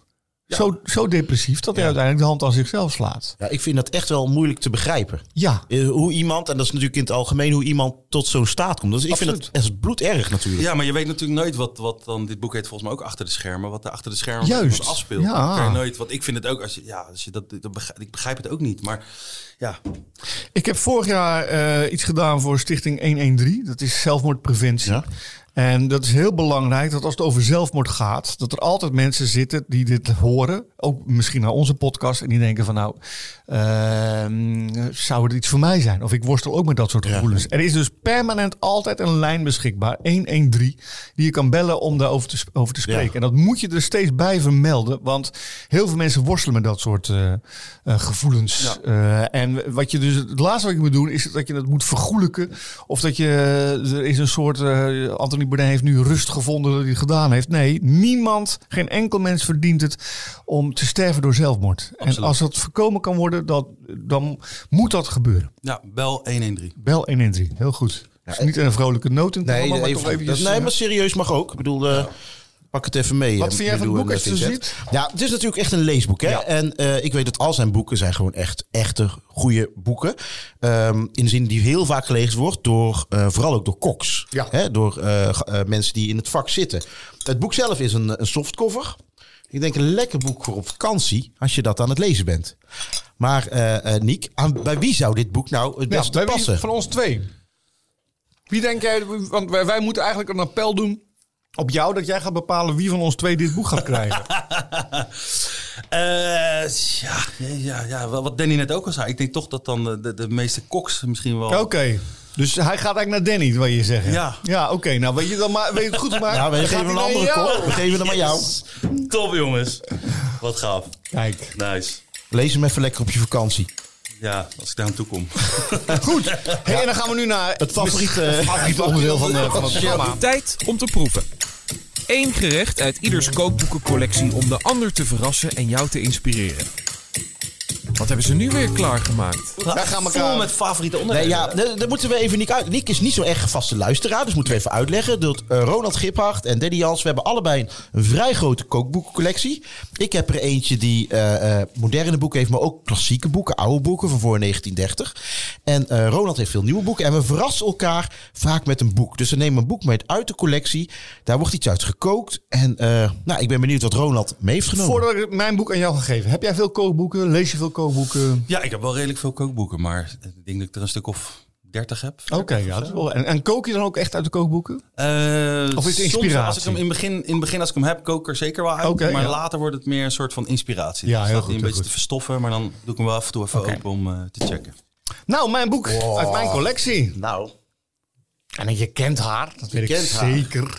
Zo, zo depressief dat hij uiteindelijk de hand aan zichzelf slaat.
Ja, ik vind dat echt wel moeilijk te begrijpen.
Ja.
Eh, Hoe iemand, en dat is natuurlijk in het algemeen, hoe iemand tot zo'n staat komt. Dus ik vind
Absoluut.
dat echt bloederg natuurlijk.
Ja, maar je weet natuurlijk nooit wat, wat dan dit boek heet volgens mij ook achter de schermen, wat er achter de schermen
Juist,
met iemand afspeelt.
ja.
Dat kan je nooit, want ik vind het ook als je, ja, als je dat, dat begrijp, ik begrijp het ook niet, maar ja,
Ik heb vorig jaar eh, iets gedaan voor Stichting 113. Dat is zelfmoordpreventie.
Ja.
En dat is heel belangrijk dat als het over zelfmoord gaat, dat er altijd mensen zitten die dit horen. Ook misschien naar onze podcast. En die denken van nou, ehm, zou het iets voor mij zijn? Of ik worstel ook met dat soort gevoelens. Er is dus permanent altijd een lijn beschikbaar, 113, die je kan bellen om daarover te, sp- over te spreken.
Ja.
En dat moet je er steeds bij vermelden. Want heel veel mensen worstelen met dat soort eh, eh, gevoelens. Eh, en wat je dus, het laatste wat je moet doen is dat je het moet vergoelijken. Of dat je, er is een soort, eh, Anthony Bourdain heeft nu rust gevonden dat hij het gedaan heeft. Nee, niemand, geen enkel mens verdient het om te sterven door zelfmoord. En
Absoluut.
als dat voorkomen kan worden, dat, dan moet dat gebeuren.
ja bel 113.
Bel 113, heel goed. Het is niet een vrolijke noot in het
eh, Nee,
programma, maar
even-
toch eventjes...
nee,
eh,
maar serieus mag ook. Ik bedoel, eh, pak het even mee.
Wat
eh,
vind jij van het
Milou
boek
en,
als je
eh,
het
Vincent. Ja, het is natuurlijk echt een leesboek. Hè? En eh, ik weet dat al zijn boeken zijn gewoon echt echte goede boeken. Ehm, in de zin die heel vaak gelezen wordt door, eh, vooral ook door koks.
Ja.
Hè? Door eh, ge- eh, mensen die in het vak zitten. Het boek zelf is een, een softcover. Ik denk een lekker boek voor op vakantie, als je dat aan het lezen bent. Maar eh eh Niek, aan, bij wie zou dit boek nou het
Ja,
beste
bij wie
passen?
van ons twee. Wie denk jij, want wij, wij moeten eigenlijk een appel doen op jou dat jij gaat bepalen wie van ons twee dit boek gaat krijgen.
Eh, ja, ja, ja, wel wat Danny net ook al zei, ik denk toch dat dan de, de, de meeste koks misschien wel...
Oh.
Oké. Dus hij gaat eigenlijk naar Danny, wil je zeggen?
Ja.
Ja, oké. Nou, weet je, dan maar, weet je het goed maken?
Nou, we
Dan
geven
gaat
een
hij naar
andere
jou.
kop. We geven hem aan jou.
Yes. Top jongens, wat gaaf,
Kijk.
nice.
Lees hem even lekker op je vakantie.
Eh,
Ja, als ik daar aan toe kom.
Goed. Hey, En dan gaan we nu naar het
favoriete-
favoriete eh, onderdeel
eh,
van, de, van het programma.
Tijd om te proeven. Eén gerecht uit ieders kookboekencollectie om de ander te verrassen en jou te inspireren. Wat hebben ze nu weer klaargemaakt?
Wij gaan elkaar... Vol met favoriete
Nee,
onderwerpen.
ja, dat dat moeten we even Nick uit. Nick is niet zo erg vaste luisteraar, dus moeten we even uitleggen. Dat eh, Ronald Giphart en Daddy Jans, we hebben allebei een vrij grote kookboekencollectie. Ik heb er eentje die eh, eh, moderne boeken heeft, maar ook klassieke boeken, oude boeken van voor 1930. En eh, Ronald heeft veel nieuwe boeken. En we verrassen elkaar vaak met een boek. Dus we nemen een boek mee uit de collectie. Daar wordt iets uit gekookt. En eh, nou, ik ben benieuwd wat Ronald mee heeft genomen.
Voordat ik mijn boek aan jou ga geven. Heb jij veel kookboeken? Lees je veel kookboeken?
Ja, ik heb wel redelijk veel kookboeken, maar ik denk dat ik er een stuk of 30 heb.
Oké, ja. dat is wel- En, en kook je dan ook echt uit de kookboeken?
Eh,
Of is het
soms
inspiratie?
Als ik hem in, begin, in het begin, als ik hem heb, kook ik er zeker wel uit.
Oké,
maar
ja.
later wordt het meer een soort van inspiratie.
Ja,
Dan
heel
staat hij een
goed, heel
beetje
goed.
te verstoffen, maar dan doe ik hem wel af en toe even open om eh, te checken.
Nou, mijn boek uit mijn collectie.
Nou,
En je kent haar, dat weet ik
kent haar.
zeker.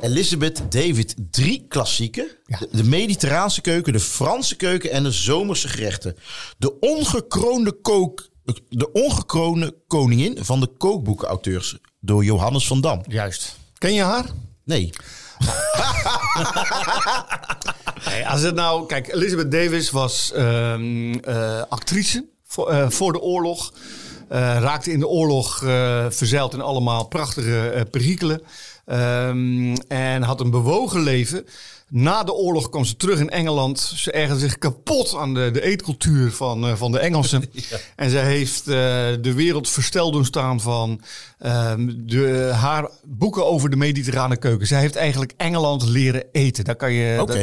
Elizabeth David, drie klassieken. De, de Mediterraanse keuken, de Franse keuken en de zomerse gerechten. De ongekroonde, kook, de ongekroonde koningin van de kookboekenauteurs door Johannes van Dam.
Juist. Ken je haar?
Nee,
Nee, als het nou, kijk, Elizabeth Davis was ehm, eh, actrice voor, eh, voor de oorlog. Eh, raakte in de oorlog eh, verzeild in allemaal prachtige eh perikelen. Ehm, en had een bewogen leven. Na de oorlog kwam ze terug in Engeland. Ze ergerde zich kapot aan de, de eetcultuur van, eh, van de Engelsen. En zij heeft eh, de wereld versteld doen staan van ehm, de, haar boeken over de mediterrane keuken. Zij heeft eigenlijk Engeland leren eten. Daar kan je,
oké.
dat-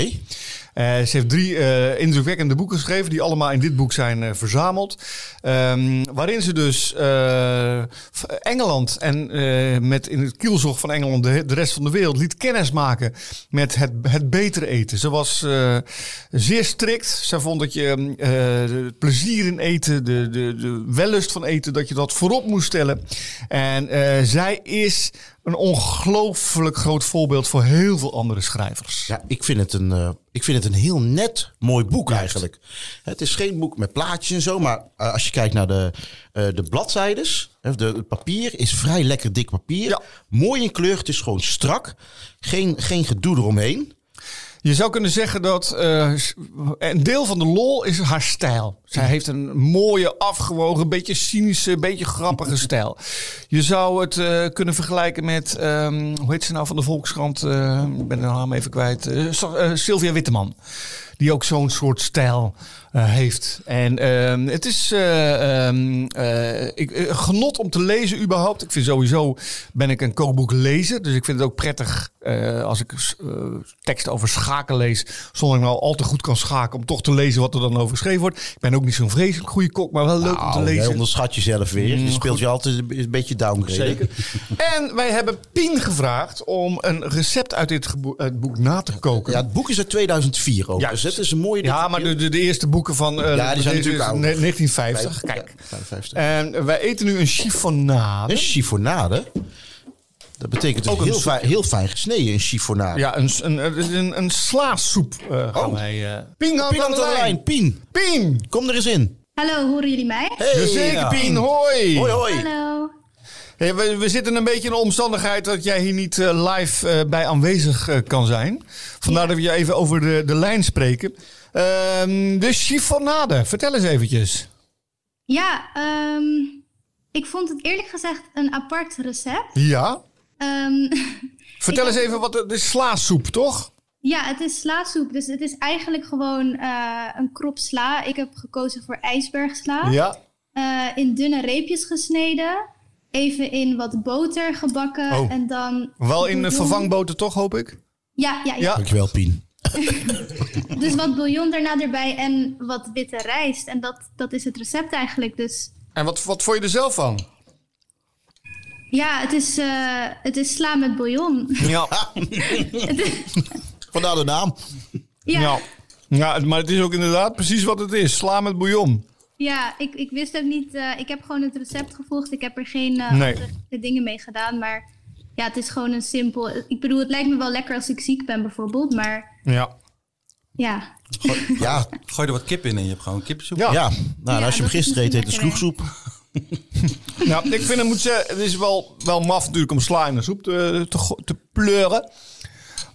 eh, ze heeft drie eh, indrukwekkende boeken geschreven, die allemaal in dit boek zijn eh, verzameld. Ehm, waarin ze dus eh, v- Engeland en eh, met in het kielzog van Engeland de, de rest van de wereld liet kennismaken met het, het beter eten. Ze was eh, zeer strikt. Ze vond dat je ehm, eh, het plezier in eten, de, de, de wellust van eten, dat je dat voorop moest stellen. En eh, zij is een ongelooflijk groot voorbeeld voor heel veel andere schrijvers.
Ja, ik vind het een, eh, ik vind het een heel net mooi boek eigenlijk. Het is geen boek met plaatjes en zo, maar eh, als je kijkt naar de, eh, de bladzijdes, hè, de, het papier is vrij lekker dik papier.
Ja.
Mooi in kleur, het is gewoon strak. Geen, geen gedoe eromheen.
Je zou kunnen zeggen dat eh, een deel van de lol is haar stijl. Zij heeft een mooie, afgewogen, beetje cynische, beetje grappige stijl. Je zou het eh, kunnen vergelijken met, ehm, hoe heet ze nou van de Volkskrant? Eh, ik ben haar naam even kwijt. Eh, Sa- eh, Sylvia Witteman. Die ook zo'n soort stijl eh, heeft. En ehm, het is eh, ehm, eh, ik, eh, genot om te lezen überhaupt. Ik vind sowieso, ben ik een kookboeklezer. Dus ik vind het ook prettig eh, als ik eh, teksten over schaken lees. Zonder dat ik nou al te goed kan schaken om toch te lezen wat er dan over geschreven wordt. Ik ben ook niet zo'n vreselijk goede kok, maar wel leuk om te
Nou, jij
lezen. Mm,
onderschat jezelf weer. Je speelt je altijd een be- een beetje downgrade.
Zeker. En wij hebben Pien gevraagd om een recept uit dit gebo- het boek na te koken.
Ja, het boek is uit 2004 ook.
Ja.
Dus het is een mooie...
Ja, maar de, de, de eerste boeken van eh,
Ja, die zijn
dit is
natuurlijk
ne-
ouder.
1950. Kijk.
55.
En wij eten nu een chiffonade.
Een chiffonade. Dat betekent dus
Ook een
heel, fijn, heel fijn gesneden, een chiffonade.
Ja, een, s- een, een, een, een slaassoep eh gaan wij... eh Pien hangt
Pien
aan de lijn.
Pien,
Pien!
kom er eens in.
Hallo, horen jullie mij?
Hey,
Jazeker,
ja.
Pien. Hoi.
Hoi, hoi.
Hallo.
Hey, we, we zitten een beetje in de omstandigheid dat jij hier niet eh, live eh, bij aanwezig eh, kan zijn. Vandaar dat we je even over de, de lijn spreken. Ehm, de chiffonade, vertel eens eventjes.
Ja, ehm, ik vond het eerlijk gezegd een apart recept.
Ja?
Ehm,
Vertel
Ik-
eens even wat... eh, De, de slaassoep, toch?
ja, het is slaasoep, dus het is eigenlijk gewoon eh, een krop sla. Ik heb gekozen voor ijsbergsla.
Ja.
Eh, in dunne reepjes gesneden. Even in wat boter gebakken
Oh.
en dan...
Wel in de
bouillon-
vervangboter toch, hoop ik?
Ja, ja, ja.
Ja.
Dankjewel, Pien.
dus wat bouillon daarna erbij en wat witte rijst. En dat, dat is het recept eigenlijk, dus...
En wat, wat vond je er zelf van?
Ja, het is, eh, het is sla met bouillon.
Ja.
Vandaar de naam.
ja,
Ja. ja, maar het is ook inderdaad precies wat het is. Sla met bouillon.
Ja, ik, ik wist ook niet. eh, ik heb gewoon het recept gevolgd. Ik heb er geen eh,
Nee.
andere dingen mee gedaan. Maar ja, het is gewoon een simpel. Ik bedoel, het lijkt me wel lekker als ik ziek ben, bijvoorbeeld. Maar
Ja.
ja.
Ja,
Gooi er wat kip in en je hebt gewoon kipsoep.
Ja.
ja. Nou, en als je hem
dat is
gisteren eet, heet het
misschien lekker,
sloegsoep.
Nou, ik vind het, moet zeggen, het is wel, wel maf natuurlijk om sla in de soep te, te, go- te pleuren.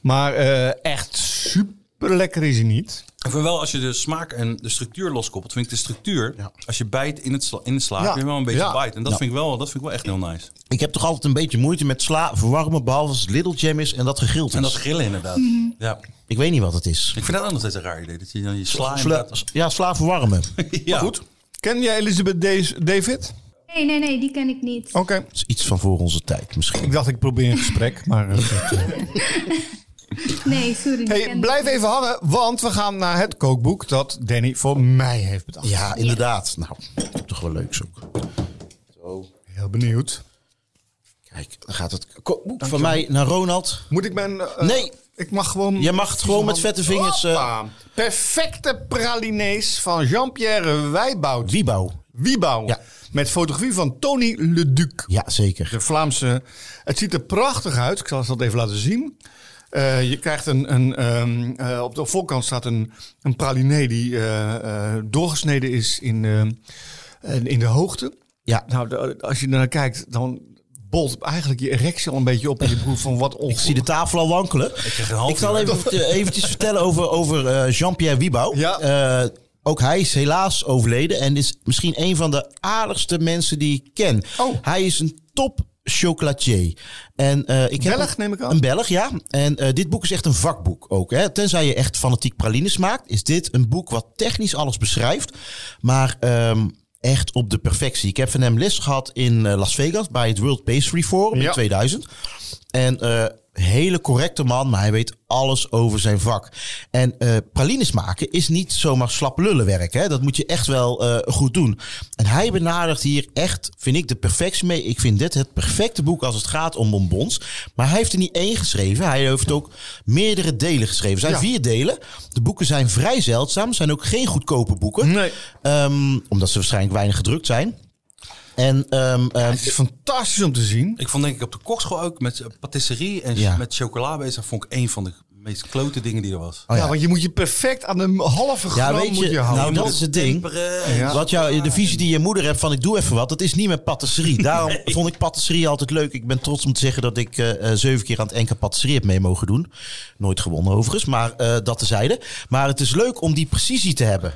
Maar eh, echt super lekker is hij niet.
Ik vind wel als je de smaak en de structuur loskoppelt, vind ik de structuur, als je bijt in het sla, in het sla,
Ja.
heb je wel een beetje
Ja.
bijt. En dat,
Ja.
vind ik wel, dat vind ik wel echt heel nice.
Ik heb toch altijd een beetje moeite met sla verwarmen, behalve als het Little Jam is en dat gegrild is.
En dat grillen inderdaad. Ja.
Ik weet niet wat het is.
Mhm. Ik vind dat ook nog steeds een raar idee, dat je dan je sla
Sla,
inderdaad-
ja, sla verwarmen. Het
Ja.
Goed. Ken jij Elizabeth Days- David?
Nee, nee, nee, die ken ik niet.
Oké.
is iets van voor onze tijd misschien.
Ik dacht, ik probeer een gesprek, maar... eh,
Nee, sorry. die ken
hey,
ik
blijf
niet.
even hangen, want we gaan naar het kookboek dat Danny voor mij heeft bedacht.
Ja, inderdaad. Nou, toch wel leuks ook.
Heel benieuwd.
Kijk, dan gaat het kookboek van mij naar Ronald.
Moet ik mijn... eh,
Nee.
Ik mag gewoon...
Je mag gewoon met vette vingers... eh,
Hoppa. Perfecte pralinees van Jean-Pierre Wijboud.
Wiebouw.
Wiebouw.
Ja.
Met fotografie van Tony Leduc.
Ja, zeker.
De Vlaamse. Het ziet er prachtig uit. Ik zal het even laten zien. Eh, je krijgt een. een ehm, eh, op de voorkant staat een, een pralinee die eh, eh, doorgesneden is in, eh, in de hoogte.
Ja.
Nou, de- als je naar kijkt, dan bolt eigenlijk je erectie al een beetje op. En je proeft van wat
Ik zie
ongeveer.
de tafel al wankelen.
krijg een half
Ik zal even, eh, eventjes vertellen over, over eh, Jean-Pierre Wiebouw.
Ja.
Eh, ook hij is helaas overleden en is misschien een van de aardigste mensen die ik ken.
Oh.
Hij is een top chocolatier. En, eh, ik heb
Belg,
een-
neem ik aan?
Een Belg, ja. En eh, dit boek is echt een vakboek ook. Hè. Tenzij je echt fanatiek pralines maakt, is dit een boek wat technisch alles beschrijft. Maar ehm, echt op de perfectie. Ik heb van hem les gehad in eh, Las Vegas bij het World Pastry Forum
Ja.
in 2000. En eh, hele correcte man, maar hij weet alles over zijn vak. En eh, pralines maken is niet zomaar slap lullenwerk. Hè? Dat moet je echt wel eh, goed doen. En hij benadert hier echt, vind ik, de perfectie mee. Ik vind dit het perfecte boek als het gaat om bonbons. Maar hij heeft er niet één geschreven. Hij heeft ook meerdere delen geschreven. Er zijn
Ja.
vier delen. De boeken zijn vrij zeldzaam. zijn ook geen goedkope boeken.
Nee.
Ehm, omdat ze waarschijnlijk weinig gedrukt zijn. En ehm, ehm,
Het is fantastisch om te zien.
Ik vond denk ik op de kokschool ook met eh, patisserie en
Ja.
met chocola bezig, vond ik één van de meest klote dingen die er was.
Oh,
ja. want je moet je perfect aan de halve gram
weet
moet
je,
je houden.
nou,
Dus,
dat
moet
is het ding.
temperen en
Ja.
zo.
Wat jou, de visie die je moeder hebt van ik doe even wat, dat is niet met patisserie. Daarom vond ik patisserie altijd leuk. Ik ben trots om te zeggen dat ik eh, eh, zeven keer aan het NK patisserie heb mee mogen doen. Nooit gewonnen overigens, maar eh dat tezijde. Maar het is leuk om die precisie te hebben.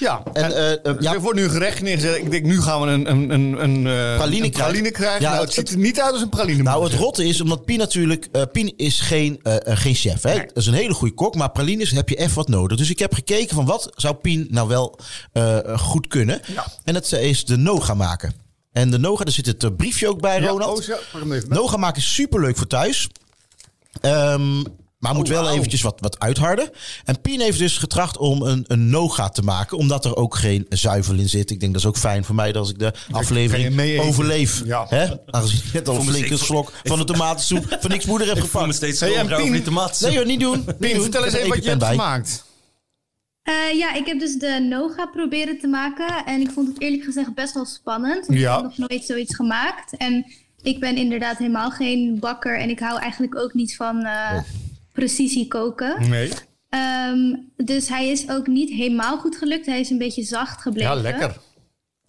ja.
En, eh, eh,
ja.
ja,
Er wordt nu een gerechtje neergezet. Ik denk, nu gaan we een, een, een, een eh,
Praline
een praline
krijgen.
krijgen.
Ja,
nou, het
het-
ziet er niet uit als een praline.
nou,
moet
het
ik
rotte is, omdat Pien natuurlijk... eh, Pien is geen, eh, eh, geen chef, hè. Dat is een hele goede kok, maar pralines heb je echt wat nodig. Dus ik heb gekeken van wat zou Pien nou wel eh, goed kunnen. En dat is de noga maken. En de noga, daar zit het eh, briefje ook bij,
zeggen. Ja,
Ronald.
oh, zo, pak hem even.
Noga maken is superleuk voor thuis. Ehm, maar moet wel
Oh, wauw.
eventjes wat, wat uitharden. En Pien heeft dus getracht om een, een noga te maken. Omdat er ook geen zuivel in zit. Ik denk dat is ook fijn voor mij dat als ik de
kan je mee
aflevering
eten.
overleef.
Ja.
Hè? Aangezien ik net al een
voel me-
flinke
ik voel-
slok van de tomatensoep van niks moeder heb
Ik voel me
gepakt.
steeds
Hey, en
schuldiger over
Pien-
die tomaat.
Nee joh, niet doen. Niet
Pien,
doen.
vertel
Ik
eens
heb
even
er
wat je hebt
bij.
gemaakt.
Eh, ja, ik heb dus de Noga proberen te maken. En ik vond het eerlijk gezegd best wel spannend. want
Ja.
Ik heb nog nooit zoiets gemaakt. En ik ben inderdaad helemaal geen bakker. En ik hou eigenlijk ook niet van eh,
Oh.
precisie koken.
Nee.
Ehm, dus hij is ook niet helemaal goed gelukt. Hij is een beetje zacht gebleven.
Ja, lekker.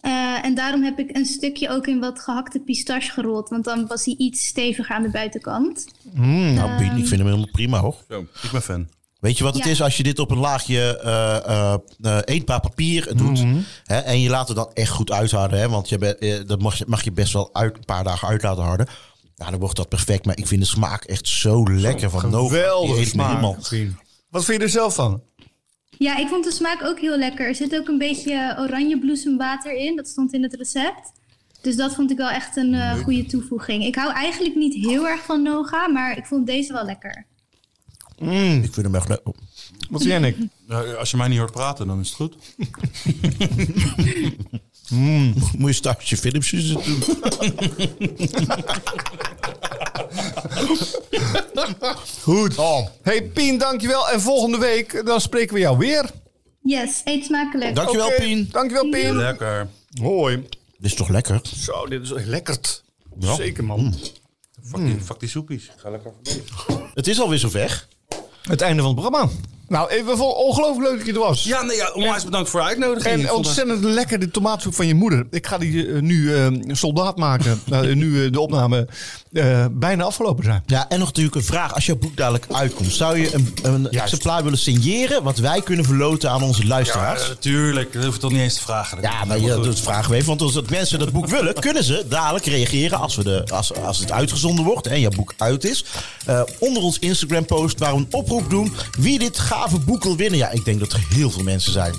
Eh, en daarom heb ik een stukje ook in wat gehakte pistache gerold. Want dan was hij iets steviger aan de buitenkant.
Nou Pien, ik vind hem helemaal prima hoor.
Zo, ik ben fan.
Weet je wat het
Ja.
is als je dit op een laagje eh eh, eh, eetbaar papier doet? Hè, en je laat het dan echt goed uitharden. Hè, want je bent, eh, dat mag je, mag je best wel uit, een paar dagen uit laten harden. Nou, dan wordt dat perfect. Maar ik vind de smaak echt zo lekker van Nova. Nou, Die
Geweldig
heeft me
smaak.
helemaal-
Pien. Wat vind je er zelf van?
Ja, ik vond de smaak ook heel lekker. Er zit ook een beetje oranjebloesemwater in. Dat stond in het recept. Dus dat vond ik wel echt een eh, goede toevoeging. Ik hou eigenlijk niet heel erg van Noga, maar ik vond deze wel lekker.
Ik vind hem echt lekker.
Wat vind jij, Nick?
Nou, Als je mij niet hoort praten, dan is het goed.
Moet je staartje Philipsjes het doen?
Goed. Oh. Hey Pien, dankjewel. En volgende week, dan spreken we jou weer.
Yes, eet smakelijk.
Dankjewel
Oké,
Pien.
Dankjewel Pien.
Lekker.
Hoi.
Dit is toch lekker?
Zo, dit is echt lekker. Zeker man.
Mm.
Fuck
Hmm.
die, fuck die soepies. Ga lekker
Het is alweer zover.
Het einde van het programma. Nou, even vol- ongelooflijk leuk dat je er was.
Ja, nee, ja, onwijs bedankt voor de uitnodiging. Ik
En
vond het-
ontzettend lekker de tomaatsoep van je moeder. Ik ga die eh, nu eh, soldaat maken. Nou, nu eh, de opname eh, bijna afgelopen zijn.
Ja, en nog natuurlijk een vraag. Als jouw boek dadelijk uitkomt, zou je een, een exemplaar willen signeren... wat wij kunnen verloten aan onze
Ja,
luisteraars?
natuurlijk. Dat hoef je toch niet eens te vragen.
Ja, maar ja, dat vragen we even. Want als dat mensen dat boek willen, kunnen ze dadelijk reageren als, we de, als, als het uitgezonden wordt en jouw boek uit is. Eh, onder ons Instagram post waar we een oproep doen wie dit gave boek wil winnen. Ja, ik denk dat er heel veel mensen zijn.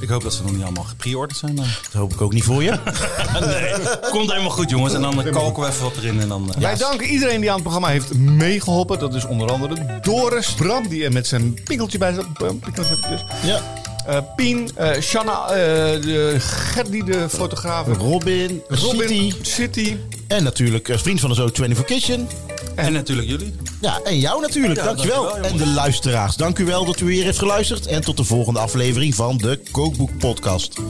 Ik hoop dat ze nog niet allemaal gepreorderd zijn. Dan.
Dat hoop ik ook niet voor je.
nee, komt helemaal goed, jongens. En dan eh, kalken we even wat erin. En dan, eh,
Wij danken iedereen die aan het programma heeft meegeholpen. Dat is onder andere Doris, Bram, die er met zijn pinkeltje bij zat. Eh, Pinkels eventjes.
Ja.
Eh, Pien, eh Shanna, eh, de Gerdy, de fotograaf.
Robin, Robin. City
City.
en natuurlijk eh, vriend van de show 24 Kitchen.
En natuurlijk jullie.
Ja, en jou natuurlijk.
Ja,
dankjewel.
dankjewel,
en de luisteraars, dank u wel dat u weer heeft geluisterd. En tot de volgende aflevering van de Kookboek Podcast.